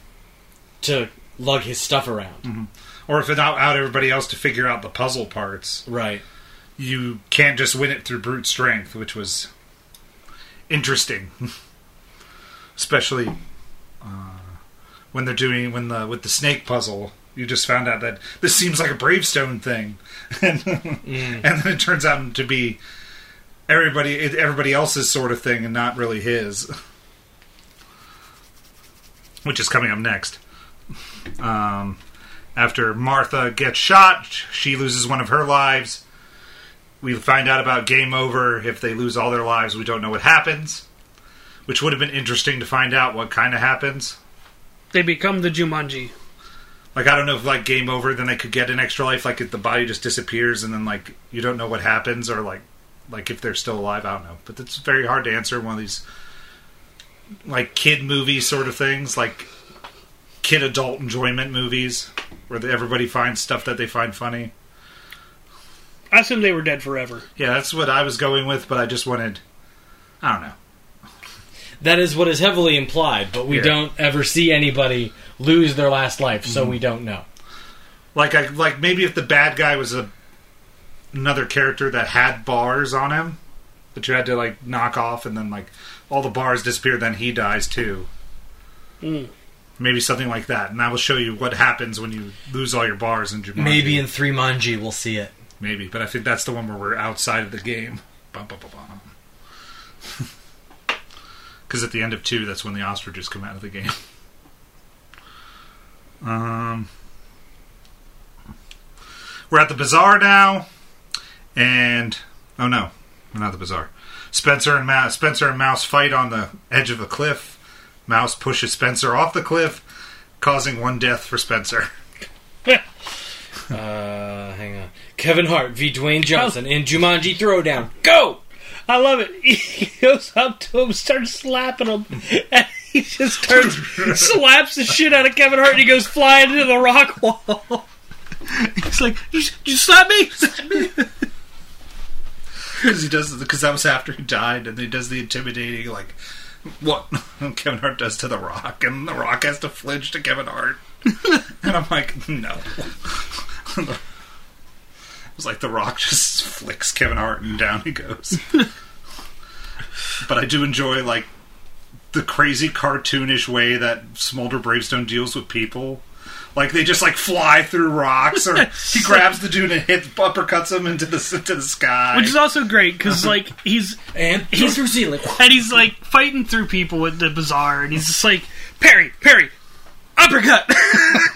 Speaker 3: to lug his stuff around.
Speaker 2: Or if without out everybody else to figure out the puzzle parts,
Speaker 3: Right.
Speaker 2: you can't just win it through brute strength, which was interesting, especially uh, when they're doing when the with the snake puzzle. You just found out that this seems like a Bravestone thing, and, and then it turns out to be everybody it- everybody else's sort of thing, and not really his, which is coming up next. Um, after Martha gets shot, she loses one of her lives. We find out about game over. If they lose all their lives, we don't know what happens, which would have been interesting to find out what kind of happens.
Speaker 1: They become the Jumanji.
Speaker 2: Like I don't know if like game over, then they could get an extra life. Like if the body just disappears and then like you don't know what happens, or like like if they're still alive, I don't know. But it's very hard to answer one of these like kid movie sort of things, like kid adult enjoyment movies, where the, everybody finds stuff that they find funny.
Speaker 1: I assume they were dead forever.
Speaker 2: Yeah, that's what I was going with, but I just wanted I don't know.
Speaker 3: That is what is heavily implied, but we
Speaker 2: Yeah.
Speaker 3: don't ever see anybody lose their last life, so we don't know.
Speaker 2: Like I like maybe if the bad guy was a another character that had bars on him that you had to like knock off and then like all the bars disappear then he dies too. Maybe something like that. And that will show you what happens when you lose all your bars in Jumanji.
Speaker 3: Maybe in Three Manji we'll see it.
Speaker 2: Maybe, but I think that's the one where we're outside of the game. Because at the end of two, that's when the ostriches come out of the game. Um, We're at the bazaar now, and oh no, we're not the bazaar. Spencer and Mouse, Spencer and Mouse fight on the edge of a cliff. Mouse pushes Spencer off the cliff, causing one death for Spencer.
Speaker 3: Uh, hang on. Kevin Hart v. Dwayne Johnson in Jumanji Throwdown. Go!
Speaker 4: I love it. He goes up to him, starts slapping him, and he just turns, slaps the shit out of Kevin Hart, and he goes flying into the rock wall.
Speaker 1: It's like, you, you slap me!
Speaker 2: because he does because that was after he died, and he does the intimidating like what Kevin Hart does to The Rock, and The Rock has to flinch to Kevin Hart, and I'm like, no. It's like The Rock just flicks Kevin Hart, and down he goes. but I do enjoy like the crazy cartoonish way that Smolder Bravestone deals with people. Like they just like fly through rocks, or he grabs the dude and hits uppercuts him into the into the sky.
Speaker 1: Which is also great because like he's
Speaker 3: And he's through ceiling.
Speaker 1: and he's like fighting through people at the bazaar, and he's just like Perry, Perry, uppercut.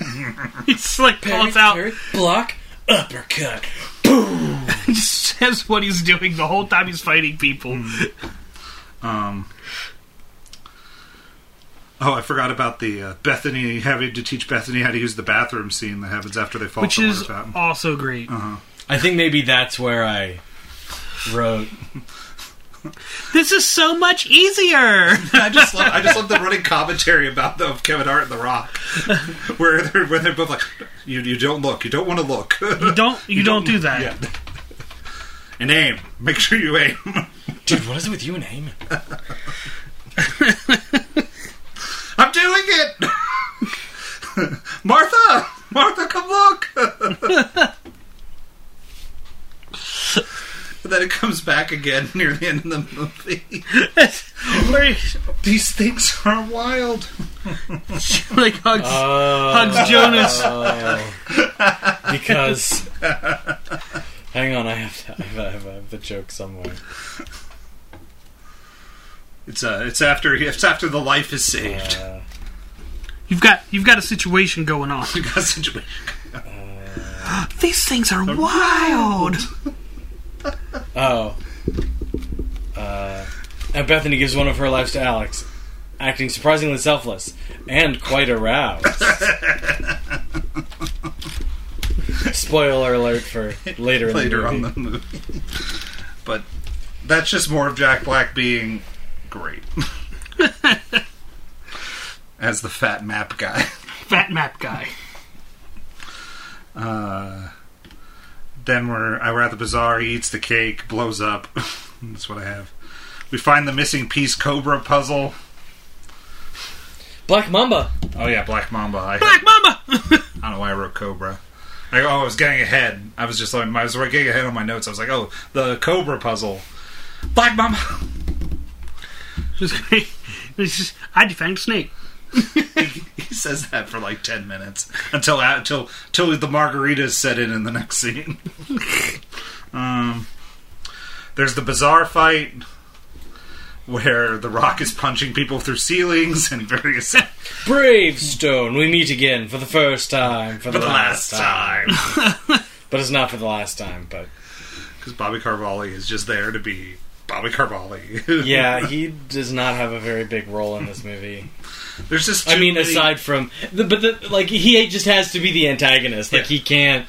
Speaker 1: he's like calls out,
Speaker 3: Parry, block, uppercut.
Speaker 1: and just says what he's doing the whole time he's fighting people.
Speaker 2: Um, oh, I forgot about the uh, Bethany having to teach Bethany how to use the bathroom scene that happens after they fall.
Speaker 1: Which
Speaker 2: from
Speaker 1: is
Speaker 2: the fountain.
Speaker 1: also great.
Speaker 3: I think maybe that's where I wrote.
Speaker 1: This is so much easier.
Speaker 2: I just love, I just love the running commentary about the of Kevin Hart and The Rock, where they're where they're both like, you you don't look, you don't want to look,
Speaker 1: you don't you, don't, do that.
Speaker 2: yeah. And aim. Make sure you aim.
Speaker 3: Dude, what is it with you and Heyman?
Speaker 2: I'm doing it. Martha, Martha, come look. And then it comes back again near the end of the movie.
Speaker 1: Where he,
Speaker 2: These things are wild.
Speaker 1: like hugs
Speaker 3: Uh,
Speaker 1: hugs Jonas.
Speaker 3: because. Hang on, I have, I have, I have, I have the joke somewhere.
Speaker 2: It's uh, it's after it's after the life is saved.
Speaker 3: Uh,
Speaker 1: You've got you've got a situation going on.
Speaker 2: You got a situation.
Speaker 1: These things are wild.
Speaker 3: oh. Uh, and Bethany gives one of her lives to Alex, acting surprisingly selfless and quite aroused. Spoiler alert for later in
Speaker 2: later
Speaker 3: the movie.
Speaker 2: on the movie. but that's just more of Jack Black being great as the fat map guy.
Speaker 1: Fat map guy.
Speaker 2: Uh, then we're I we're at the bazaar. He eats the cake, blows up. that's what I have. We find the missing piece Cobra puzzle.
Speaker 3: Black Mamba.
Speaker 2: Oh yeah, Black Mamba. I,
Speaker 1: Black Mama.
Speaker 2: I don't know why I wrote Cobra. I, oh, I was getting ahead. I was just like I was getting ahead on my notes. I was like, oh, the Cobra puzzle. Black Mamba.
Speaker 1: It was great. It was just, I defanged snake.
Speaker 2: he says that for like ten minutes until until until the margaritas set in in the next scene. um, there's the bizarre fight where the Rock is punching people through ceilings and various for
Speaker 3: Bravestone, we meet again for the first time, for the,
Speaker 2: the last time
Speaker 3: But it's not for the last time, but.
Speaker 2: because Bobby Carvalho is just there to be Bobby Carvalho.
Speaker 3: Yeah, he does not have a very big role in this movie.
Speaker 2: there's just
Speaker 3: I
Speaker 2: too
Speaker 3: mean,
Speaker 2: many-
Speaker 3: aside from. The, but, the, like, he just has to be the antagonist. Like,
Speaker 2: Yeah.
Speaker 3: he can't.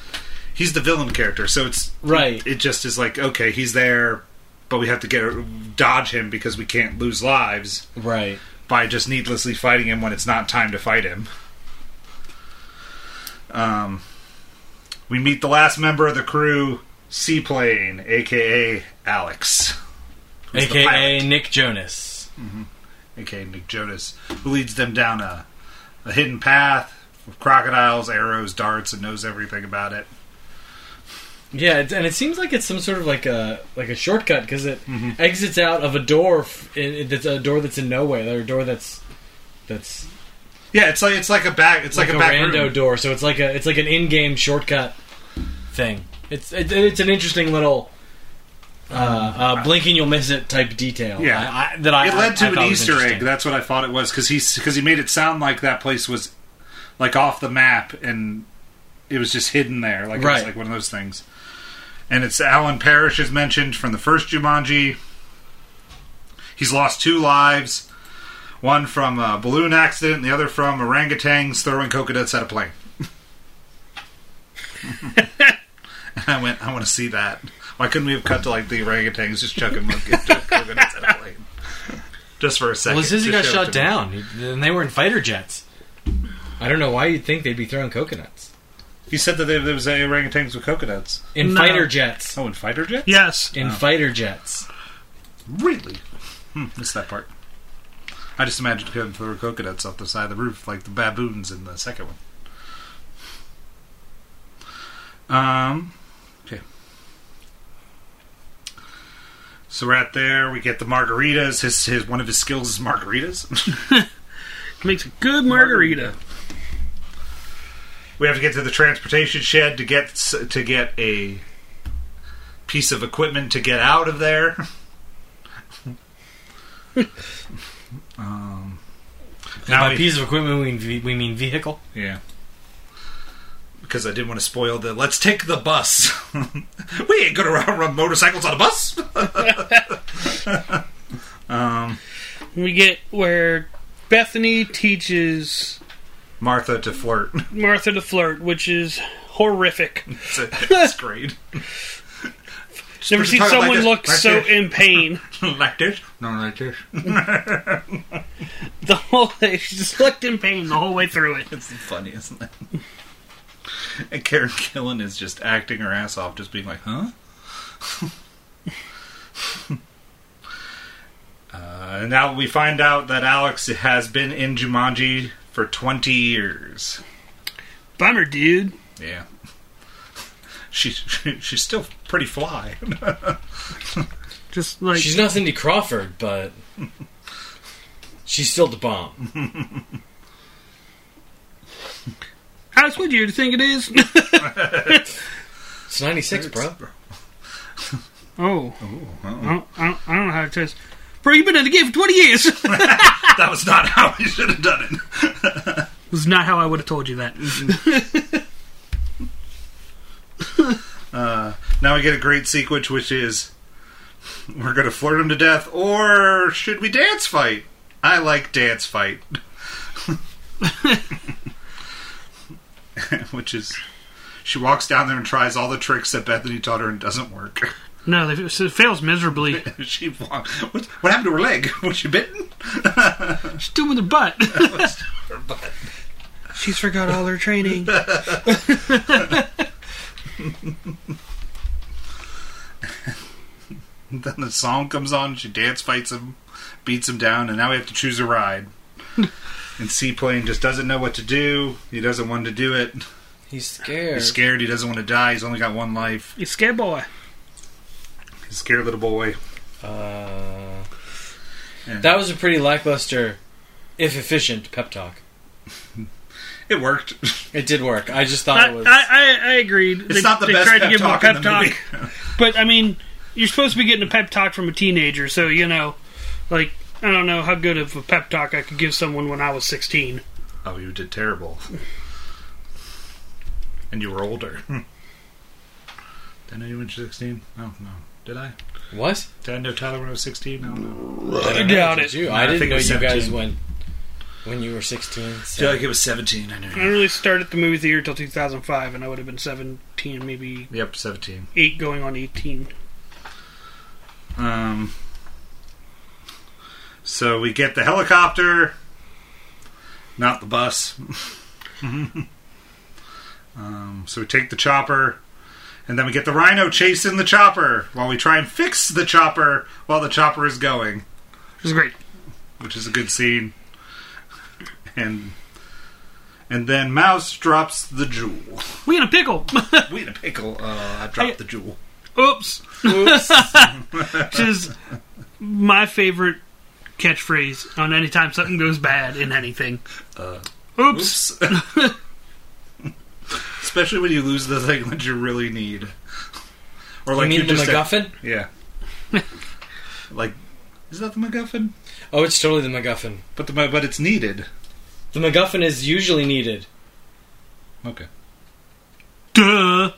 Speaker 2: he's the villain character, so it's
Speaker 3: Right.
Speaker 2: It just is like okay, he's there, but we have to get dodge him because we can't lose lives.
Speaker 3: Right.
Speaker 2: by just needlessly fighting him when it's not time to fight him. Um, we meet the last member of the crew, Seaplane, aka Alex, Who's the
Speaker 3: AKA
Speaker 2: pilot?
Speaker 3: Nick Jonas.
Speaker 2: aka Nick Jonas, who leads them down a, a hidden path with crocodiles, arrows, darts, and knows everything about it.
Speaker 3: Yeah, it's, and it seems like it's some sort of like a like a shortcut because it exits out of a door. F- in, in- that's a door that's in no way, or a door that's that's
Speaker 2: Yeah, it's like it's like a back, it's like,
Speaker 3: like,
Speaker 2: a,
Speaker 3: a,
Speaker 2: back
Speaker 3: rando
Speaker 2: room.
Speaker 3: door. So it's like a it's like an in-game shortcut thing. It's it, it's an interesting little uh, uh, blinking you'll miss it type detail.
Speaker 2: Yeah.
Speaker 3: I, I, that I
Speaker 2: It led
Speaker 3: I-
Speaker 2: to
Speaker 3: I
Speaker 2: an
Speaker 3: thought was
Speaker 2: Easter egg.
Speaker 3: interesting.
Speaker 2: That's what I thought it was because he because he made it sound like that place was like off the map, and it was just hidden there. Like it was
Speaker 3: Right.
Speaker 2: like one of those things. And it's Alan Parrish is mentioned from the first Jumanji. He's lost two lives, one from a balloon accident, and the other from orangutans throwing coconuts at a plane. and I went, I want to see that. Why couldn't we have cut to like the orangutans just chucking mo- coconuts at a plane? Just for a second.
Speaker 3: Well, Zizzy
Speaker 2: to
Speaker 3: got
Speaker 2: show
Speaker 3: shot
Speaker 2: it to me.
Speaker 3: down, He- and they were in fighter jets. I don't know why you'd think they'd be throwing coconuts
Speaker 2: You said that there there was orangutans with coconuts.
Speaker 3: in
Speaker 1: No.
Speaker 3: fighter jets.
Speaker 2: Oh, in fighter jet?
Speaker 1: Yes.
Speaker 3: In fighter jets.
Speaker 2: Really? Hmm, missed that part. I just imagined him throwing coconuts off the side of the roof like the baboons in the second one. Um, okay. So we're at there. We get the margaritas. His, his one of his skills is margaritas.
Speaker 1: Makes a good margarita.
Speaker 2: we have to get to the transportation shed to get s- to get a piece of equipment to get out of there. um, now
Speaker 3: By
Speaker 2: we-
Speaker 3: piece of equipment, we mean, ve- we mean vehicle.
Speaker 2: Yeah. Because I didn't want to spoil the let's take the bus. we ain't gonna run, run motorcycles on a bus.
Speaker 1: We get
Speaker 4: where Bethany teaches
Speaker 2: Martha to flirt.
Speaker 4: Martha to flirt, which is horrific.
Speaker 2: It's, it's great.
Speaker 4: Never seen
Speaker 2: Talk like
Speaker 4: someone
Speaker 2: this,
Speaker 4: look
Speaker 2: like
Speaker 4: so
Speaker 2: this.
Speaker 4: in pain.
Speaker 2: like this. No, like this.
Speaker 4: The whole thing, she just looked in pain.
Speaker 1: pain the whole way through it.
Speaker 2: It's funny, isn't it? and Karen Killen is just acting her ass off, just being like, huh? uh, and now we find out that Alex has been in Jumanji for 20 years.
Speaker 1: Bummer, dude.
Speaker 2: Yeah. She, she she's still pretty fly.
Speaker 1: Just like
Speaker 3: She's not Cindy Crawford, but she's still the bomb.
Speaker 1: Alex Wood, you think it is?
Speaker 3: It's 96, bro.
Speaker 1: oh. I, don't, I, don't, I don't know how to taste. Bro, you've been in the game for 20 years. it
Speaker 2: That was not how he should have done it.
Speaker 1: was not how I would have told you that.
Speaker 2: Now we get a great sequence, which is we're going to flirt him to death, or should we dance fight? I like dance fight, which is she walks down there and tries all the tricks that Bethany taught her and doesn't work.
Speaker 1: No, they- it fails miserably.
Speaker 2: she walk, what, what happened to her leg? Was she bitten?
Speaker 1: She's doing with her butt.
Speaker 2: Her butt.
Speaker 4: She's forgot all her training.
Speaker 2: Then the song comes on, she dance fights him, beats him down, and now we have to choose a ride. and Seaplane just doesn't know what to do. He doesn't want to do it.
Speaker 3: He's scared.
Speaker 2: He's scared. He doesn't want to die. He's only got one life.
Speaker 1: you scared boy.
Speaker 2: He's a scared little boy.
Speaker 3: Uh,
Speaker 2: Yeah.
Speaker 3: That was a pretty lackluster, if efficient, pep talk.
Speaker 2: It worked.
Speaker 3: It did work. I just thought
Speaker 1: I,
Speaker 3: it
Speaker 1: I,
Speaker 3: was.
Speaker 1: I, I agreed.
Speaker 2: It's not the best pep talk in the movie.
Speaker 1: But, I mean, you're supposed to be getting a pep talk from a teenager, so, you know, like, I don't know how good of a pep talk I could give someone when I was 16.
Speaker 2: Oh, you did terrible. And you were older. Hmm. Did I know you when you were 16? No, no. Did I?
Speaker 3: what?
Speaker 2: Did I know Tyler when I was 16? I don't know.
Speaker 3: I don't
Speaker 1: doubt
Speaker 3: did
Speaker 1: it.
Speaker 3: you?
Speaker 2: I
Speaker 3: I didn't
Speaker 2: think it
Speaker 3: know
Speaker 2: was
Speaker 3: you guys
Speaker 2: 17.
Speaker 3: went when you were 16.
Speaker 2: I
Speaker 3: so-
Speaker 2: feel like it was 17. I
Speaker 1: I
Speaker 2: know.
Speaker 1: didn't really start at the movie theater until 2005, and I would have been 17, maybe
Speaker 2: Yep, 17.
Speaker 1: 8 going on 18.
Speaker 2: Um, so we get the helicopter, not the bus. um, so we take the chopper, and then we get the rhino chasing the chopper while we try and fix the chopper while the chopper is going,
Speaker 1: It was great.
Speaker 2: which is a good scene. And and then Mouse drops the jewel.
Speaker 1: We in a pickle.
Speaker 2: we in a pickle. Uh, I dropped the jewel.
Speaker 1: Oops.
Speaker 3: Oops.
Speaker 1: Which is my favorite catchphrase on any time something goes bad in anything. Oops.
Speaker 2: Oops. Especially when you lose the thing that you really need. Or
Speaker 3: you
Speaker 2: like you
Speaker 3: mean the
Speaker 2: just
Speaker 3: MacGuffin?
Speaker 2: yeah. like is that the MacGuffin?
Speaker 3: Oh, it's totally the MacGuffin.
Speaker 2: But the but it's needed.
Speaker 3: The MacGuffin is usually needed.
Speaker 2: Okay.
Speaker 1: Duh.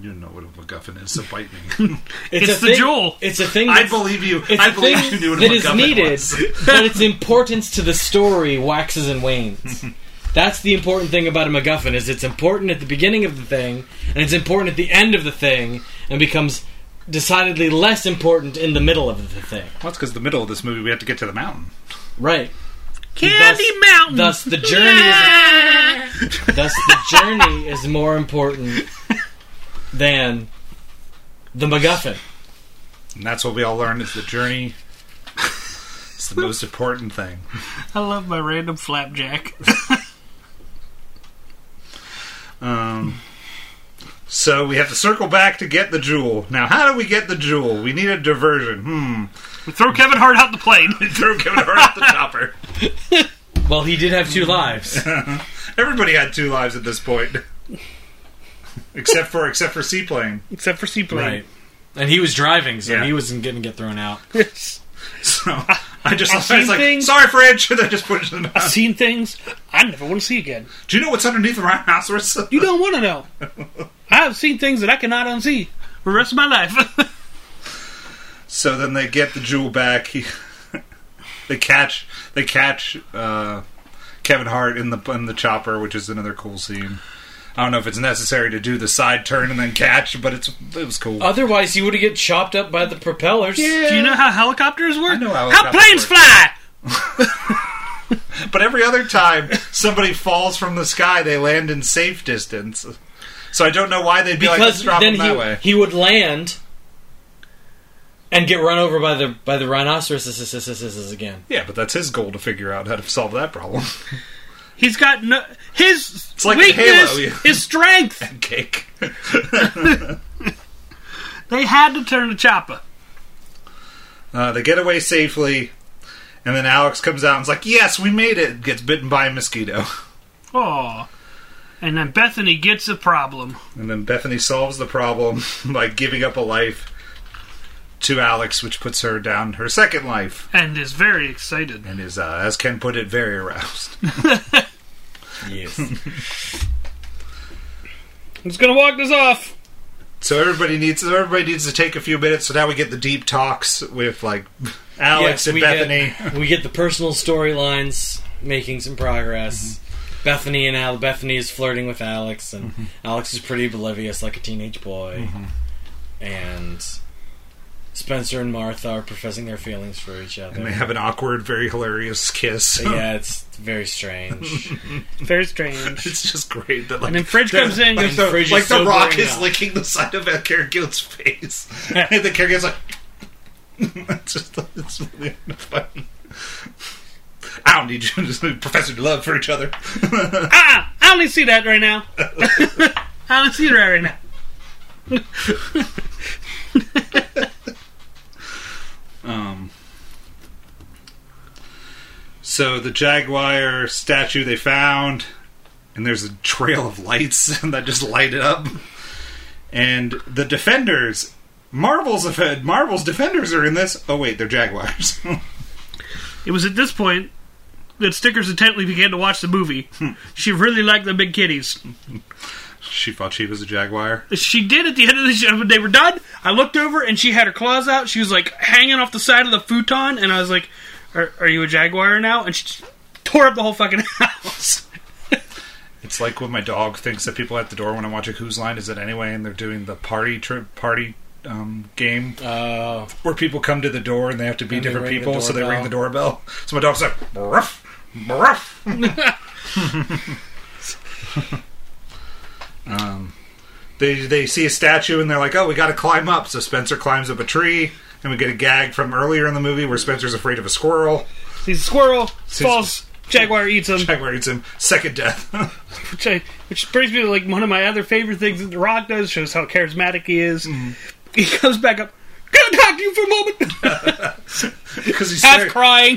Speaker 2: You don't know what a MacGuffin is, so bite me.
Speaker 1: It's
Speaker 3: It's, a
Speaker 1: the
Speaker 3: thing,
Speaker 1: Joel.
Speaker 3: It's a thing.
Speaker 2: I
Speaker 3: That's,
Speaker 2: believe you.
Speaker 3: it's
Speaker 2: I
Speaker 3: a thing
Speaker 2: believe you knew what a
Speaker 3: that is
Speaker 2: MacGuffin
Speaker 3: needed,
Speaker 2: was.
Speaker 3: but its importance to the story waxes and wanes. That's the important thing about a MacGuffin is it's important at the beginning of the thing, and it's important at the end of the thing, and becomes decidedly less important in the middle of the thing.
Speaker 2: Well, that's because the middle of this movie we have to get to the mountain.
Speaker 3: Right.
Speaker 1: Candy
Speaker 3: Thus-
Speaker 1: Mountain.
Speaker 3: Thus the journey is Thus the journey is more important than the MacGuffin.
Speaker 2: And that's what we all learned is the journey. It's the most important thing.
Speaker 1: I love my random flapjack.
Speaker 2: Um, so we have to circle back to get the jewel. Now, how do we get the jewel? We need a diversion. Hmm.
Speaker 1: Throw Kevin Hart out the plane.
Speaker 2: We throw Kevin Hart off the chopper.
Speaker 3: Well, he did have two lives.
Speaker 2: Everybody had two lives at this point, except for except for seaplane.
Speaker 1: Except for seaplane.
Speaker 3: Right. And he was driving, so
Speaker 2: Yeah.
Speaker 3: he wasn't going to get thrown out.
Speaker 2: So I just
Speaker 1: I've seen
Speaker 2: I was like,
Speaker 1: things-
Speaker 2: sorry, Fridge. And I just put it in the
Speaker 1: I've
Speaker 2: mouth.
Speaker 1: seen things I never want to see again.
Speaker 2: Do you know what's underneath the rhinoceros?
Speaker 1: You don't want to know. I've seen things that I cannot unsee for the rest of my life.
Speaker 2: So then they get the jewel back. He, they catch they catch uh, Kevin Hart in the in the chopper, which is another cool scene. I don't know if it's necessary to do the side turn and then catch, but it's it was cool.
Speaker 3: Otherwise, he would have get chopped up by the propellers.
Speaker 1: Do you know how helicopters work?
Speaker 2: I know how
Speaker 1: how
Speaker 2: helicopters
Speaker 1: planes
Speaker 2: work.
Speaker 1: fly.
Speaker 2: but every other time somebody falls from the sky, they land in safe distance. So I don't know why they'd be like
Speaker 3: Because
Speaker 2: "Let's drop
Speaker 3: then
Speaker 2: them that
Speaker 3: he,
Speaker 2: way.
Speaker 3: he would land and get run over by the by the rhinoceroses again.
Speaker 2: Yeah, but that's his goal to figure out how to solve that problem.
Speaker 1: He's got no. His
Speaker 2: like in
Speaker 1: weakness
Speaker 2: Halo, yeah.
Speaker 1: is strength.
Speaker 2: Cake.
Speaker 1: They had to turn the chopper.
Speaker 2: Uh, they get away safely, and then Alex comes out and's like, "Yes, we made it." Gets bitten by a mosquito,
Speaker 1: Oh. And then Bethany gets a problem.
Speaker 2: and then Bethany solves the problem by giving up a life to Alex, which puts her down her second life,
Speaker 1: and is very excited.
Speaker 2: and is, uh, as Ken put it, very aroused.
Speaker 3: Yes.
Speaker 1: Who's gonna walk this off?
Speaker 2: so everybody needs everybody needs to take a few minutes. So now we get the deep talks with like Alex and
Speaker 3: we
Speaker 2: Bethany.
Speaker 3: Get, we get the personal storylines making some progress. Bethany and Al. Bethany is flirting with Alex, and Alex is pretty oblivious, like a teenage boy. And Spencer and Martha are professing their feelings for each
Speaker 2: And
Speaker 3: other.
Speaker 2: they have an awkward, very hilarious kiss.
Speaker 3: yeah, it's very strange.
Speaker 1: Very strange.
Speaker 2: It's just great that like
Speaker 1: And then Fridge comes in and
Speaker 2: like
Speaker 1: goes,
Speaker 2: the,
Speaker 3: Fridge is
Speaker 2: like the
Speaker 3: sobering
Speaker 2: rock is
Speaker 3: up.
Speaker 2: licking the side of Edgar Gill's face, and the Gill's like, it's just it's really funny. I don't need you, just professor to love for each other.
Speaker 1: ah, I only see that right now. I only see that right now.
Speaker 2: Um. So the jaguar statue they found, and there's a trail of lights that just light it up, and the defenders. Marvel's offend. Marvel's defenders are in this. Oh wait, they're jaguars.
Speaker 1: It was at this point that Stickers intently began to watch the movie. she really liked the big kitties.
Speaker 2: She thought she was a jaguar.
Speaker 1: She did at the end of the show when they were done. I looked over and she had her claws out. She was like hanging off the side of the futon, and I was like, "Are, are you a jaguar now?" And she just tore up the whole fucking house.
Speaker 2: It's like when my dog thinks that people at the door when I'm watching Whose Line Is It Anyway, and they're doing the party trip party um, game
Speaker 3: Oh,
Speaker 2: where people come to the door and they have to be
Speaker 3: And they
Speaker 2: different
Speaker 3: ring the
Speaker 2: people, so they ring
Speaker 3: doorbell.
Speaker 2: the doorbell. So my dog's like, "Bruff, bruff." um, they they see a statue and they're like, "Oh, we got to climb up." So Spencer climbs up a tree, and we get a gag from earlier in the movie where Spencer's afraid of a squirrel.
Speaker 1: He's a squirrel. Falls. Jaguar eats him.
Speaker 2: Jaguar eats him. Second death.
Speaker 1: which I, which brings me to like one of my other favorite things that The Rock does. Shows how charismatic he is. He comes back up. Can I talk to you for a moment?
Speaker 2: Because he's
Speaker 1: Half
Speaker 2: there.
Speaker 1: crying.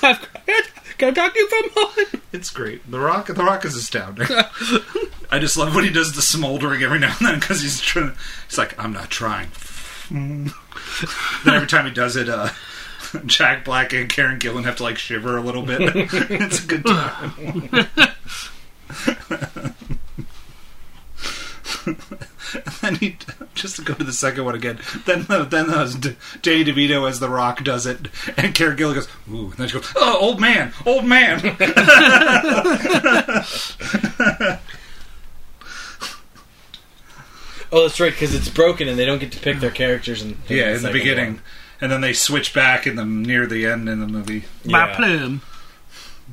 Speaker 1: Half crying. Can I talk to you for a moment?
Speaker 2: It's great. The Rock, The Rock is astounding. I just love when he does the smoldering every now and then because he's trying. He's like, I'm not trying. then every time he does it, uh, Jack Black and Karen Gillan have to like shiver a little bit. it's a good time. then he just to go to the second one again. Then the, then the, Danny DeVito as The Rock does it, and Karen Gillan goes, "Ooh," and then she goes, "Oh, old man, old man."
Speaker 3: Oh, that's right, because it's broken and they don't get to pick their characters. And
Speaker 2: yeah, in the beginning, and then they switch back in the near the end in the movie
Speaker 1: My
Speaker 3: Yeah.
Speaker 1: plume.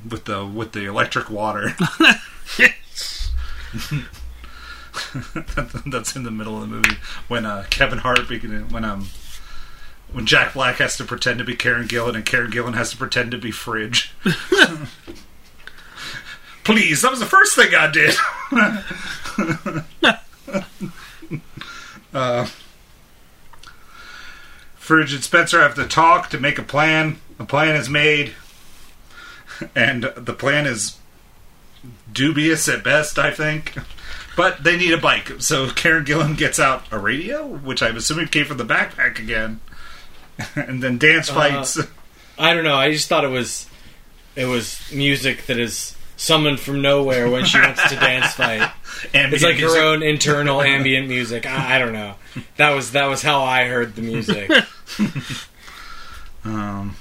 Speaker 2: with the with the electric water. That- That's in the middle of the movie when uh, Kevin Hart begin when um when Jack Black has to pretend to be Karen Gillan and Karen Gillan has to pretend to be Fridge. Please, that was the first thing I did. Uh, Fridge and Spencer have to talk to make a plan. The plan is made, and the plan is dubious at best, I think. But they need a bike, so Karen Gillan gets out a radio, which I'm assuming came from the backpack again, and then dance
Speaker 3: Uh,
Speaker 2: fights.
Speaker 3: I don't know. I just thought it was it was music that is summoned from nowhere when she wants to dance fight.
Speaker 2: and
Speaker 3: It's like her own internal ambient music. I, I don't know. That was that was how I heard the music.
Speaker 2: Um,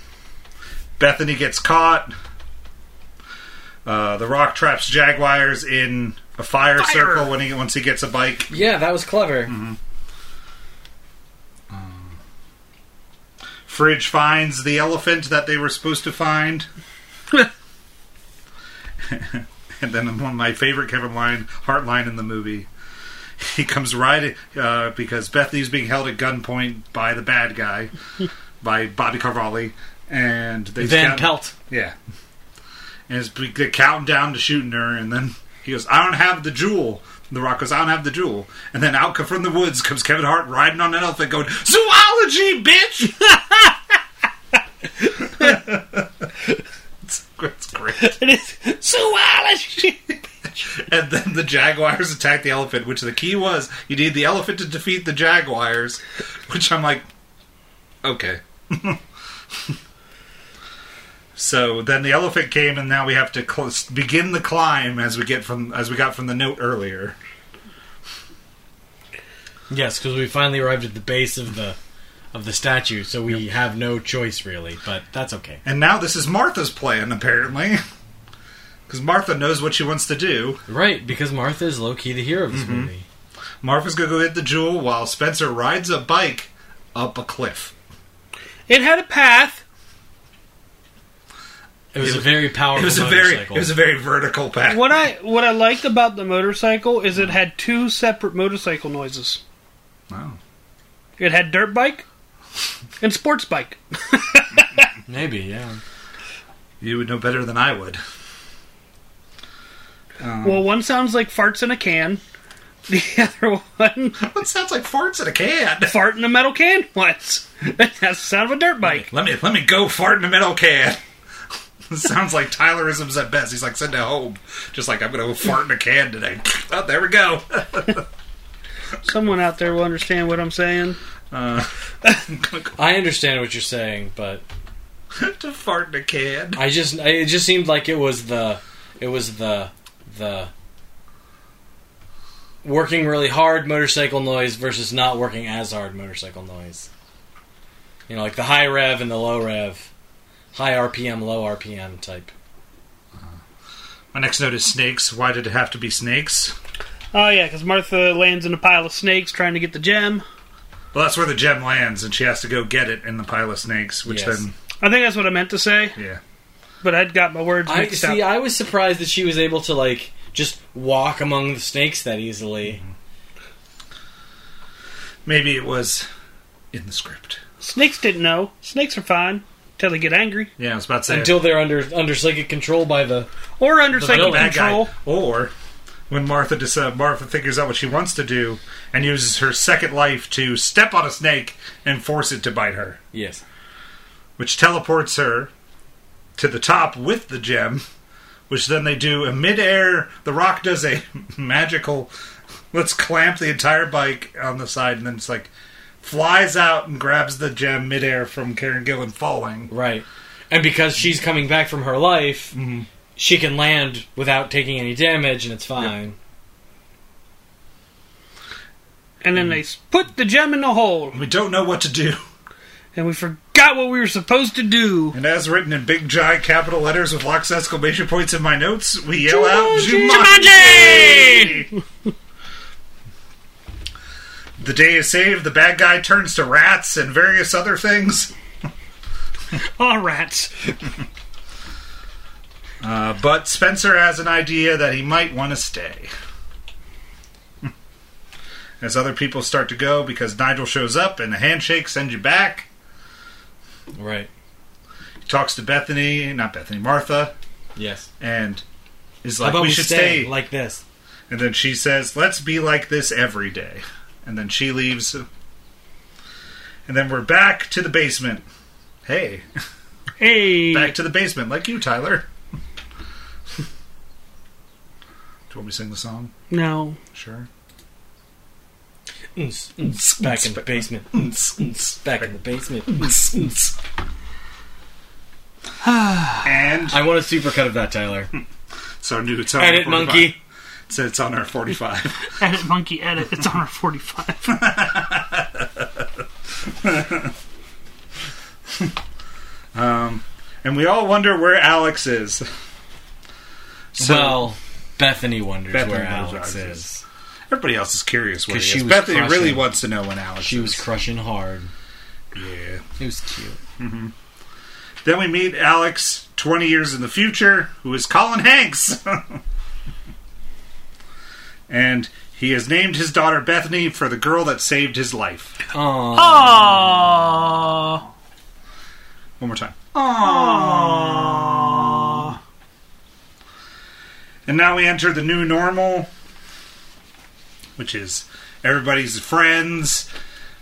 Speaker 2: Bethany gets caught. Uh, the Rock traps jaguars in a fire,
Speaker 1: Fire!
Speaker 2: circle when he once he gets a bike.
Speaker 3: yeah, that was clever.
Speaker 2: Mm-hmm. Fridge finds the elephant that they were supposed to find. and then one of my favorite Kevin line, Hart line in the movie. He comes riding uh, because Bethany's being held at gunpoint by the bad guy, by Bobby Carvalli, and they
Speaker 3: Van
Speaker 2: scout-
Speaker 3: Pelt.
Speaker 2: Yeah. And it's, be- they're counting down to shooting her, and then he goes, I don't have the jewel. And the Rock goes, I don't have the jewel. And then out co- from the woods comes Kevin Hart riding on an elephant going, Zoology, bitch! it's, it's great.
Speaker 4: It is zoology.
Speaker 2: And then the Jaguars attack the elephant, which the key was you need the elephant to defeat the Jaguars, which I'm like, okay. so then the elephant came, and now we have to cl- begin the climb as we get from as we got from the note earlier.
Speaker 3: Yes, because we finally arrived at the base of the of the statue, so we have no choice really. But that's okay.
Speaker 2: And now this is Martha's plan, apparently, because Martha knows what she wants to do.
Speaker 3: Right, because Martha is low key the hero of this
Speaker 2: Mm-hmm.
Speaker 3: movie.
Speaker 2: Martha's gonna go get the jewel while Spencer rides a bike up a cliff.
Speaker 1: It had a path.
Speaker 3: It was a very
Speaker 2: It
Speaker 3: powerful
Speaker 2: was a very it
Speaker 3: motorcycle.
Speaker 2: was a very vertical path.
Speaker 1: What I what I liked about the motorcycle is it had two separate motorcycle noises.
Speaker 2: Wow.
Speaker 1: It had dirt bike and sports bike.
Speaker 3: Maybe, yeah.
Speaker 2: You would know better than I would.
Speaker 1: Well, one sounds like farts in a can. The other one
Speaker 2: That sounds like farts in a can.
Speaker 1: fart in a metal can once. That's the sound of a dirt bike.
Speaker 2: Let me let me go fart in a metal can. sounds like Tylerism's at best. He's like send it home. Just like I'm gonna go fart in a can today. Oh, there we go.
Speaker 1: Someone out there will understand what I'm saying.
Speaker 3: I understand what you're saying, but
Speaker 2: to fart in a can.
Speaker 3: I just I, it just seemed like it was the it was the the working really hard motorcycle noise versus not working as hard motorcycle noise. You know, like the high rev and the low rev, high RPM, low RPM type.
Speaker 2: My next note is snakes. Why did it have to be snakes?
Speaker 1: Oh yeah, because Martha lands in a pile of snakes trying to get the gem.
Speaker 2: Well, that's where the gem lands, and she has to go get it in the pile of snakes. Which
Speaker 3: Yes.
Speaker 2: then,
Speaker 1: I think that's what I meant to say,
Speaker 2: yeah,
Speaker 1: but I'd got my words
Speaker 3: I
Speaker 1: mixed
Speaker 3: see.
Speaker 1: up.
Speaker 3: I was surprised that she was able to like just walk among the snakes that easily.
Speaker 2: maybe it was in the script.
Speaker 1: Snakes didn't know. Snakes are fine till they get angry
Speaker 2: Yeah, I was about to say
Speaker 3: Until they're under under psychic control by the
Speaker 1: or under
Speaker 3: The
Speaker 1: psychic
Speaker 3: villain.
Speaker 2: bad
Speaker 1: control.
Speaker 2: guy, or when Martha dis- uh, Martha figures out what she wants to do and uses her second life to step on a snake and force it to bite her,
Speaker 3: yes.
Speaker 2: which teleports her to the top with the gem, which then they do in midair. The rock does a magical. Let's clamp the entire bike on the side, and then it's like flies out and grabs the gem midair from Karen Gillan falling.
Speaker 3: Right. Mm-hmm. And because she's coming back from her life, she can land without taking any damage and it's fine.
Speaker 1: and then they s- put the gem in the hole,
Speaker 2: We don't know what to do.
Speaker 1: and we forgot what we were supposed to do.
Speaker 2: And as written in big giant capital letters with lots of exclamation points in my notes, we yell out
Speaker 1: Jumanji!
Speaker 2: Jumanji! the day is saved, the bad guy turns to rats and various other things.
Speaker 1: All rats.
Speaker 2: Uh, but Spencer has an idea that he might want to stay. As other people start to go because Nigel shows up and the handshake sends you back.
Speaker 3: Right.
Speaker 2: He talks to Bethany, not Bethany, Martha,
Speaker 3: Yes.
Speaker 2: and is
Speaker 3: How
Speaker 2: like,
Speaker 3: about
Speaker 2: we should stay.
Speaker 3: like this?
Speaker 2: And then she says, "Let's be like this every day." And then she leaves. And then we're back to the basement. Hey,
Speaker 1: Hey.
Speaker 2: back to the basement, like you, Tyler. Do you want me to sing the song?
Speaker 1: No.
Speaker 2: Sure.
Speaker 3: Mm-s, mm-s, Back in the basement. Mm-s, mm-s, Back in the basement. Mm-s, mm-s.
Speaker 2: And
Speaker 3: I want a supercut of that, Tyler.
Speaker 2: so new. It's on
Speaker 3: Edit,
Speaker 2: our 45.
Speaker 3: monkey.
Speaker 2: So it's on our forty-five.
Speaker 1: Edit monkey edit. It's on our 45.
Speaker 2: and we all wonder where Alex is. So
Speaker 3: well, Bethany wonders
Speaker 2: Bethany
Speaker 3: where
Speaker 2: knows
Speaker 3: Alex
Speaker 2: ours
Speaker 3: is.
Speaker 2: everybody else is curious where
Speaker 3: 'Cause
Speaker 2: he
Speaker 3: she
Speaker 2: is.
Speaker 3: was
Speaker 2: Bethany really
Speaker 3: crushing.
Speaker 2: wants to know when Alex
Speaker 3: She was
Speaker 2: is.
Speaker 3: crushing hard.
Speaker 2: yeah.
Speaker 3: It was cute.
Speaker 2: Then we meet Alex 20 years in the future, who is Colin Hanks. and he has named his daughter Bethany for the girl that saved his life.
Speaker 3: Aww.
Speaker 1: Aww.
Speaker 2: One more time.
Speaker 1: Aww.
Speaker 2: And now we enter the new normal, which is everybody's friends.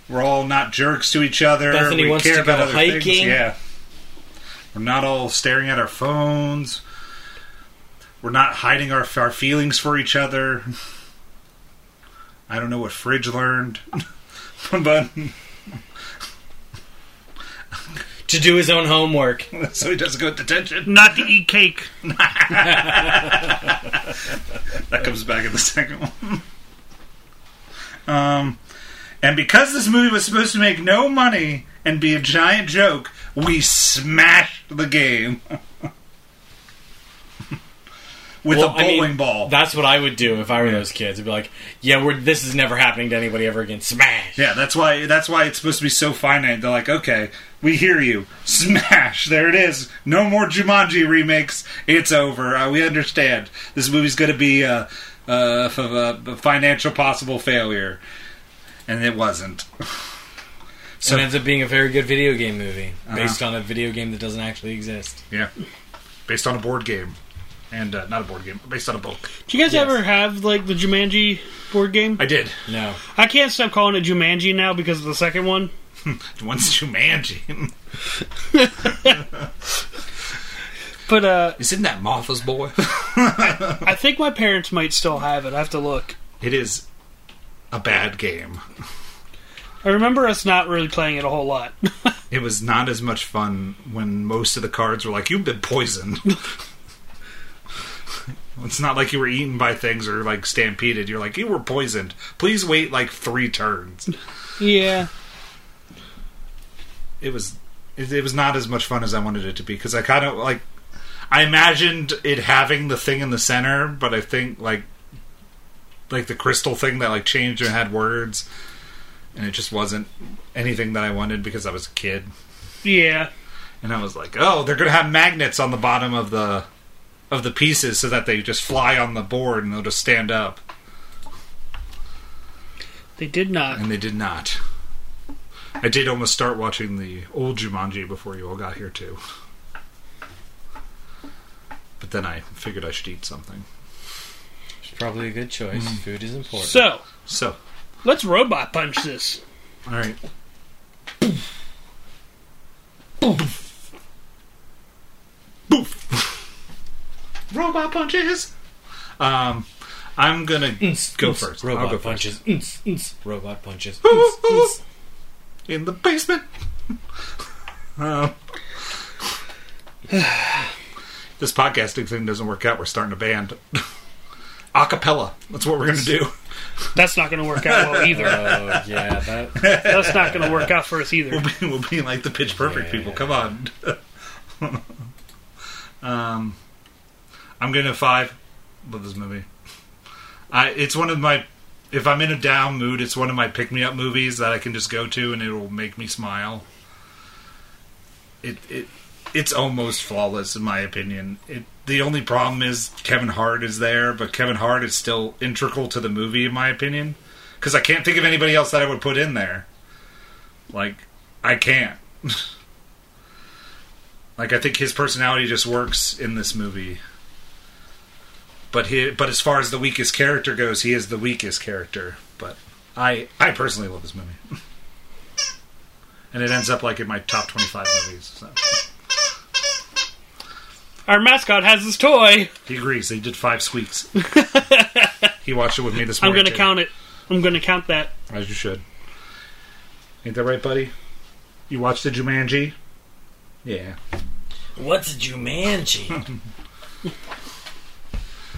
Speaker 2: We're all not jerks to each other.
Speaker 3: Bethany
Speaker 2: we
Speaker 3: wants
Speaker 2: care
Speaker 3: to
Speaker 2: about
Speaker 3: go
Speaker 2: other things.
Speaker 3: hiking.
Speaker 2: Yeah. We're not all staring at our phones. We're not hiding our, our feelings for each other. I don't know what Fridge learned, but
Speaker 3: To do his own homework.
Speaker 2: so he doesn't go to detention.
Speaker 1: Not to eat cake.
Speaker 2: That comes back in the second one. um, and because this movie was supposed to make no money and be a giant joke, we smashed the game with
Speaker 3: Well,
Speaker 2: a
Speaker 3: I mean,
Speaker 2: bowling ball.
Speaker 3: That's what I would do if I were those kids. I'd be like, "Yeah, we're this is never happening to anybody ever again." Smash.
Speaker 2: yeah, that's why that's why it's supposed to be so finite. They're like, okay, we hear you. Smash! There it is. No more Jumanji remakes. It's over. Uh, we understand. This movie's going to be a, a, f- a- a financial possible failure, and it wasn't.
Speaker 3: So Uh-huh. it ends up being a very good video game movie based on a video game that doesn't actually exist.
Speaker 2: Yeah. Based on a board game. And uh, not a board game, based on a book.
Speaker 1: Do you guys ever have, like, the Jumanji board game?
Speaker 2: I did.
Speaker 3: No,
Speaker 1: I can't stop calling it Jumanji now because of the second one.
Speaker 2: One's Jumanji.
Speaker 1: But, uh,
Speaker 2: Isn't that Martha's boy?
Speaker 1: I think my parents might still have it. I have to look.
Speaker 2: it is a bad game.
Speaker 1: I remember us not really playing it a whole lot.
Speaker 2: It was not as much fun when most of the cards were like, you've been poisoned. it's not like you were eaten by things or like stampeded. You're like, you were poisoned. Please wait like three turns.
Speaker 1: yeah.
Speaker 2: it was it, it was not as much fun as I wanted it to be because I kind of like I imagined it having the thing in the center, but I think like like the crystal thing that like changed and had words, and it just wasn't anything that I wanted because I was a kid,
Speaker 1: Yeah.
Speaker 2: and I was like, oh, they're gonna have magnets on the bottom of the of the pieces so that they just fly on the board and they'll just stand up,
Speaker 1: They did not.
Speaker 2: and they did not. I did almost start watching the old Jumanji before you all got here too. But then I figured I should eat something.
Speaker 3: it's probably a good choice. Food is important.
Speaker 1: So,
Speaker 2: So,
Speaker 1: let's robot punch this.
Speaker 2: all right. Boof. Boof. Robot punches. Um, I'm gonna go first.
Speaker 3: Mm. Robot
Speaker 2: I'll go first.
Speaker 3: punches. Unce, unce. Robot punches.
Speaker 2: Ooh,
Speaker 3: Unce,
Speaker 2: ooh.
Speaker 3: unce.
Speaker 2: in the basement. Uh, this podcasting thing doesn't work out. We're starting a band. Acapella. That's what we're going to do.
Speaker 1: That's not going to work out well either.
Speaker 3: Oh yeah, that,
Speaker 1: That's not going to work out for us either.
Speaker 2: We'll be, we'll be like the Pitch Perfect people. Come on. um, I'm gonna five. Love this movie. I it's one of my if I'm in a down mood, it's one of my pick me up movies that I can just go to and it'll make me smile. It it it's almost flawless in my opinion. It the only problem is Kevin Hart is there, but Kevin Hart is still integral to the movie in my opinion because I can't think of anybody else that I would put in there. Like, I can't. like, I think his personality just works in this movie. But he, but as far as the weakest character goes, he is the weakest character. But I, I personally love this movie, and it ends up like in my top twenty-five movies. So.
Speaker 1: Our mascot has his toy.
Speaker 2: He agrees. He did five squeaks. he watched it with me this
Speaker 1: I'm going
Speaker 2: morning.
Speaker 1: to
Speaker 2: too.
Speaker 1: count it. I'm going to count that.
Speaker 2: As you should. Ain't that right, buddy? You watched the Jumanji? Yeah.
Speaker 3: what's a Jumanji?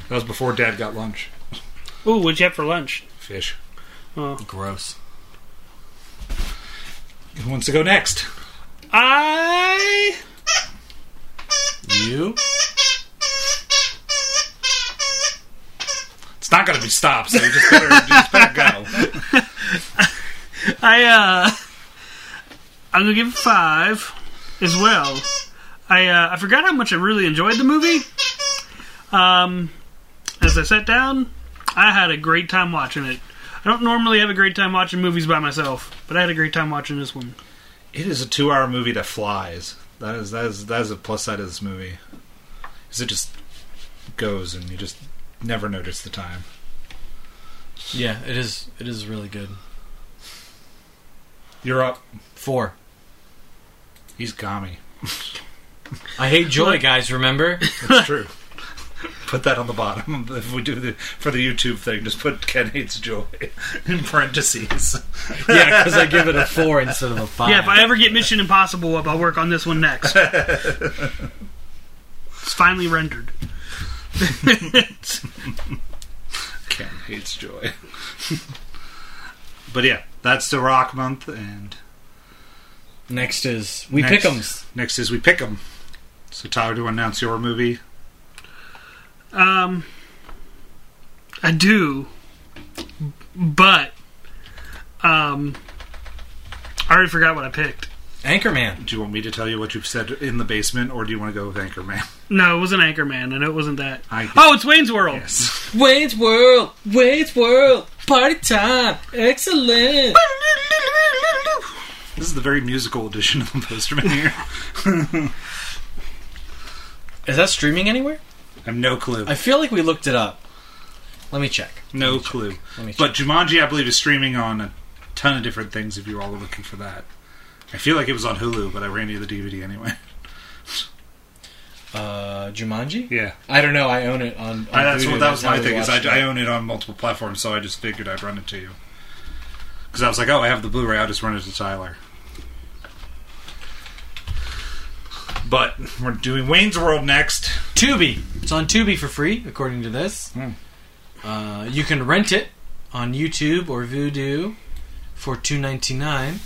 Speaker 2: That was before Dad got lunch.
Speaker 1: Ooh, what'd you have for lunch?
Speaker 2: Fish.
Speaker 3: Gross.
Speaker 2: Who wants to go next?
Speaker 1: I
Speaker 3: You?
Speaker 2: It's not going to be stopped, so you just better, you just better go.
Speaker 1: I uh I'm gonna give it five as well. I uh, I forgot how much I really enjoyed the movie. Um, as I sat down, I had a great time watching it. I don't normally have a great time watching movies by myself, but I had a great time watching this one.
Speaker 2: It is a two-hour movie that flies. That is that is that is a plus side of this movie. Is it just goes and you just never notice the time.
Speaker 3: Yeah, it is. It is really good.
Speaker 2: You're up.
Speaker 3: Four.
Speaker 2: He's Gami.
Speaker 3: I hate joy, guys. Remember?
Speaker 2: It's true. Put that on the bottom if we do the for the YouTube thing. Just put Ken hates joy in parentheses.
Speaker 3: yeah, because I give it a four instead of a five.
Speaker 1: Yeah, if I ever get Mission Impossible up, I'll work on this one next. it's finally rendered.
Speaker 2: Ken hates joy. but yeah, that's the Rock month, and
Speaker 3: Next is we
Speaker 2: Next.
Speaker 3: pick 'ems.
Speaker 2: next is we pick 'em. So Tyler, do you want to announce your movie?
Speaker 1: Um, I do, but um, I already forgot what I picked.
Speaker 3: Anchorman.
Speaker 2: Do you want me to tell you what you've said in the basement, or do you want to go with Anchorman?
Speaker 1: No, it wasn't Anchorman. I know it wasn't that.
Speaker 2: I-
Speaker 1: oh, it's Wayne's World.
Speaker 2: Yes.
Speaker 3: Wayne's World. Wayne's World. Party time. Excellent.
Speaker 2: This is the very musical edition of the Posterman here.
Speaker 3: Is that streaming anywhere?
Speaker 2: I have no clue.
Speaker 3: I feel like we looked it up. Let me check.
Speaker 2: No clue.
Speaker 3: Let me check.
Speaker 2: But Jumanji, I believe, is streaming on a ton of different things. If you're all looking for that, I feel like it was on Hulu, but I ran you the DVD anyway.
Speaker 3: Uh, Jumanji.
Speaker 2: Yeah,
Speaker 3: I don't know. I own it on. on
Speaker 2: I, that's
Speaker 3: Vudu.
Speaker 2: what that was
Speaker 3: how
Speaker 2: my
Speaker 3: we
Speaker 2: thing. Is I,
Speaker 3: watched
Speaker 2: I
Speaker 3: it.
Speaker 2: own it on multiple platforms, so I just figured I'd run it to you. Because I was like, oh, I have the Blu-ray. I'll just run it to Tyler. But we're doing Wayne's World next.
Speaker 3: Tubi. It's on Tubi for free, according to this.
Speaker 2: Hmm.
Speaker 3: Uh, you can rent it on YouTube or Vudu for two ninety nine,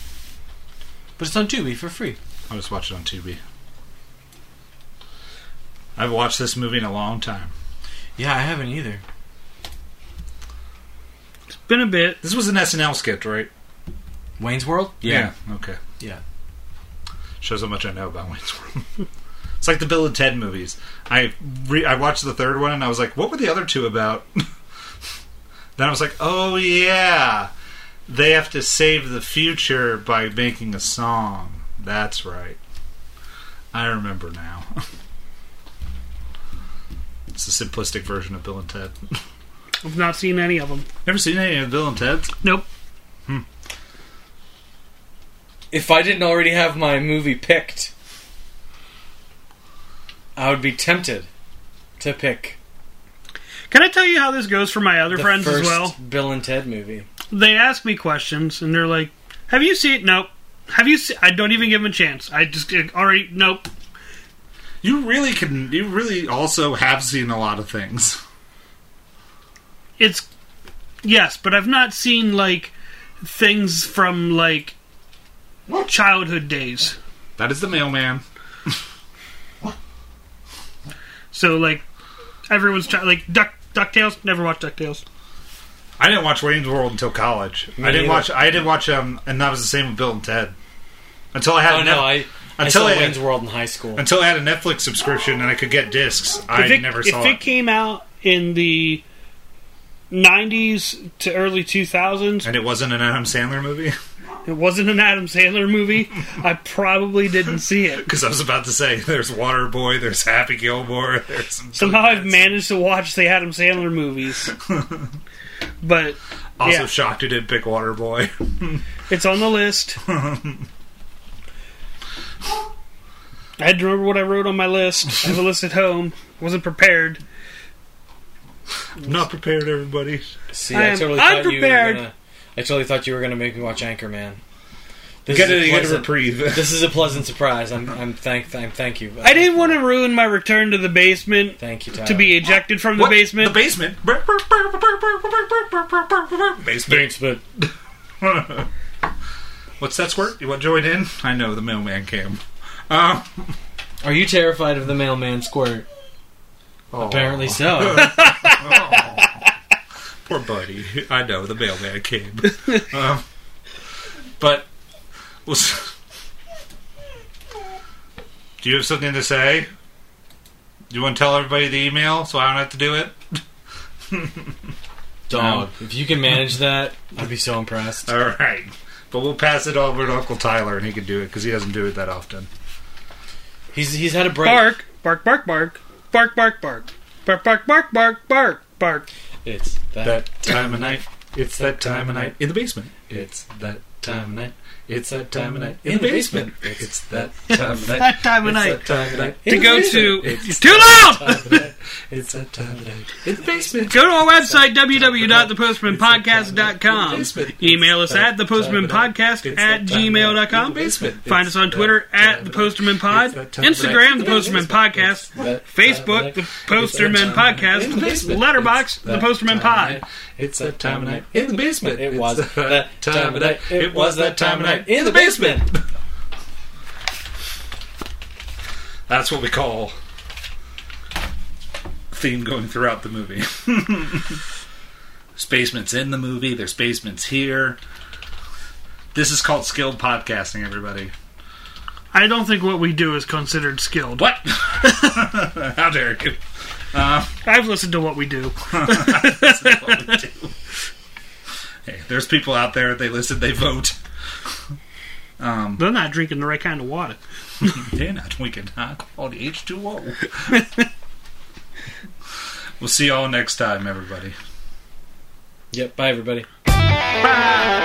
Speaker 3: but it's on Tubi for free.
Speaker 2: I'll just watch it on Tubi. I've watched this movie in a long time.
Speaker 3: Yeah, I haven't either.
Speaker 1: It's been a bit.
Speaker 2: This was an SNL skit, right?
Speaker 3: Wayne's World.
Speaker 2: Okay.
Speaker 3: yeah.
Speaker 2: Shows how much I know about Wayne's World. it's like the Bill and Ted movies. I re- I watched the third one and I was like, what were the other two about? then I was like, oh yeah, they have to save the future by making a song. That's right. I remember now. it's a simplistic version of Bill and Ted.
Speaker 1: I've not seen any of them.
Speaker 2: Never seen any of Bill and Ted's?
Speaker 1: Nope.
Speaker 3: If I didn't already have my movie picked, I would be tempted to pick
Speaker 1: Can I tell you how this goes for my other
Speaker 3: the
Speaker 1: friends
Speaker 3: first
Speaker 1: as well?
Speaker 3: Bill and Ted movie.
Speaker 1: They ask me questions and they're like, "Have you seen?" Nope. Have you? Se-? I don't even give them a chance. I just I already nope.
Speaker 2: You really can. You really also have seen a lot of things.
Speaker 1: It's Yes, but I've not seen like things from like childhood days.
Speaker 2: That is the mailman.
Speaker 1: So like everyone's chi- like Duck Ducktales. Never watched Ducktales.
Speaker 2: I didn't watch Wayne's World until college. I didn't
Speaker 3: neither.
Speaker 2: watch. I didn't watch um, and that was the same with Bill and Ted. Until I had
Speaker 3: Oh
Speaker 2: a
Speaker 3: no,
Speaker 2: Net-
Speaker 3: I I
Speaker 2: Until
Speaker 3: saw
Speaker 2: it-
Speaker 3: Wayne's World in high school.
Speaker 2: until I had a Netflix subscription and I could get discs. I
Speaker 1: if it,
Speaker 2: never
Speaker 1: if
Speaker 2: saw
Speaker 1: it
Speaker 2: it.
Speaker 1: came out in the 90s to early 2000s,
Speaker 2: And it wasn't an Adam Sandler movie
Speaker 1: it wasn't an Adam Sandler movie. I probably didn't see it.
Speaker 2: because I was about to say there's Waterboy, there's Happy Gilmore, there's some
Speaker 1: Somehow I've
Speaker 2: that's-
Speaker 1: managed to watch the Adam Sandler movies, but
Speaker 2: Also
Speaker 1: yeah.
Speaker 2: shocked you didn't pick Waterboy.
Speaker 1: it's on the list. I had to remember what I wrote on my list. I have a list at home. Wasn't prepared.
Speaker 2: I'm not prepared, everybody.
Speaker 3: See,
Speaker 1: I
Speaker 3: I,
Speaker 1: am
Speaker 3: totally thought
Speaker 1: unprepared.
Speaker 3: you were gonna, I totally thought you were gonna make me watch Anchorman. This
Speaker 2: Get
Speaker 3: is
Speaker 2: it, you get a
Speaker 3: pleasant-
Speaker 2: reprieve.
Speaker 3: This is a pleasant surprise. I'm I'm thank I'm thank you.
Speaker 1: I didn't want to ruin my return to the basement
Speaker 3: Thank you Tyler.
Speaker 1: to be ejected from the
Speaker 2: What?
Speaker 1: basement.
Speaker 2: The basement. Basement.
Speaker 3: basement.
Speaker 2: What's that squirt? You want to join in? I know the mailman came. Um,
Speaker 3: Are you terrified of the mailman squirt? Apparently so.
Speaker 2: Poor buddy. I know the mailman came. um, but was, do you have something to say? Do you want to tell everybody the email so I don't have to do it?
Speaker 3: Dog, if you can manage that, I'd be so impressed.
Speaker 2: All right. But we'll pass it over to Uncle Tyler, and he can do it because he doesn't do it that often.
Speaker 3: He's he's had a break.
Speaker 1: bark, bark, bark, bark, bark, bark, bark, bark, bark, bark, bark, bark, bark.
Speaker 3: It's that,
Speaker 2: That time of night, it's that time of night in the basement. It's that time of night, it's that time of night in the basement. It's that time of night,
Speaker 1: That time of
Speaker 2: it's
Speaker 1: night
Speaker 2: that time of night
Speaker 1: to
Speaker 2: in the
Speaker 1: go
Speaker 2: basement.
Speaker 1: to.
Speaker 2: It's
Speaker 1: It's too loud.
Speaker 2: time of night, it's that time of night in the basement.
Speaker 1: Go to our website, www.thepostmanpodcast.com. Email us at thepostmanpodcast at gmail.com. Find us on Twitter at The Posterman Pod, Instagram, The Posterman Podcast, Facebook, The Posterman Podcast, Letterbox, The Posterman Pod.
Speaker 2: It's that time of night in the basement.
Speaker 3: It
Speaker 2: It's
Speaker 3: was that time of night. It was that time of night in the basement.
Speaker 2: That's what we call theme going throughout the movie. there's basements in the movie. There's basements here. This is called skilled podcasting, everybody.
Speaker 1: I don't think what we do is considered skilled.
Speaker 2: What? How dare you?
Speaker 1: I've listened to what we do.
Speaker 2: That's what we do. Hey, there's people out there. They listen. They vote.
Speaker 1: They're not drinking the right kind of water.
Speaker 2: They're not drinking high quality H2O. we'll see y'all next time, everybody.
Speaker 3: Yep. Bye everybody.
Speaker 1: Bye.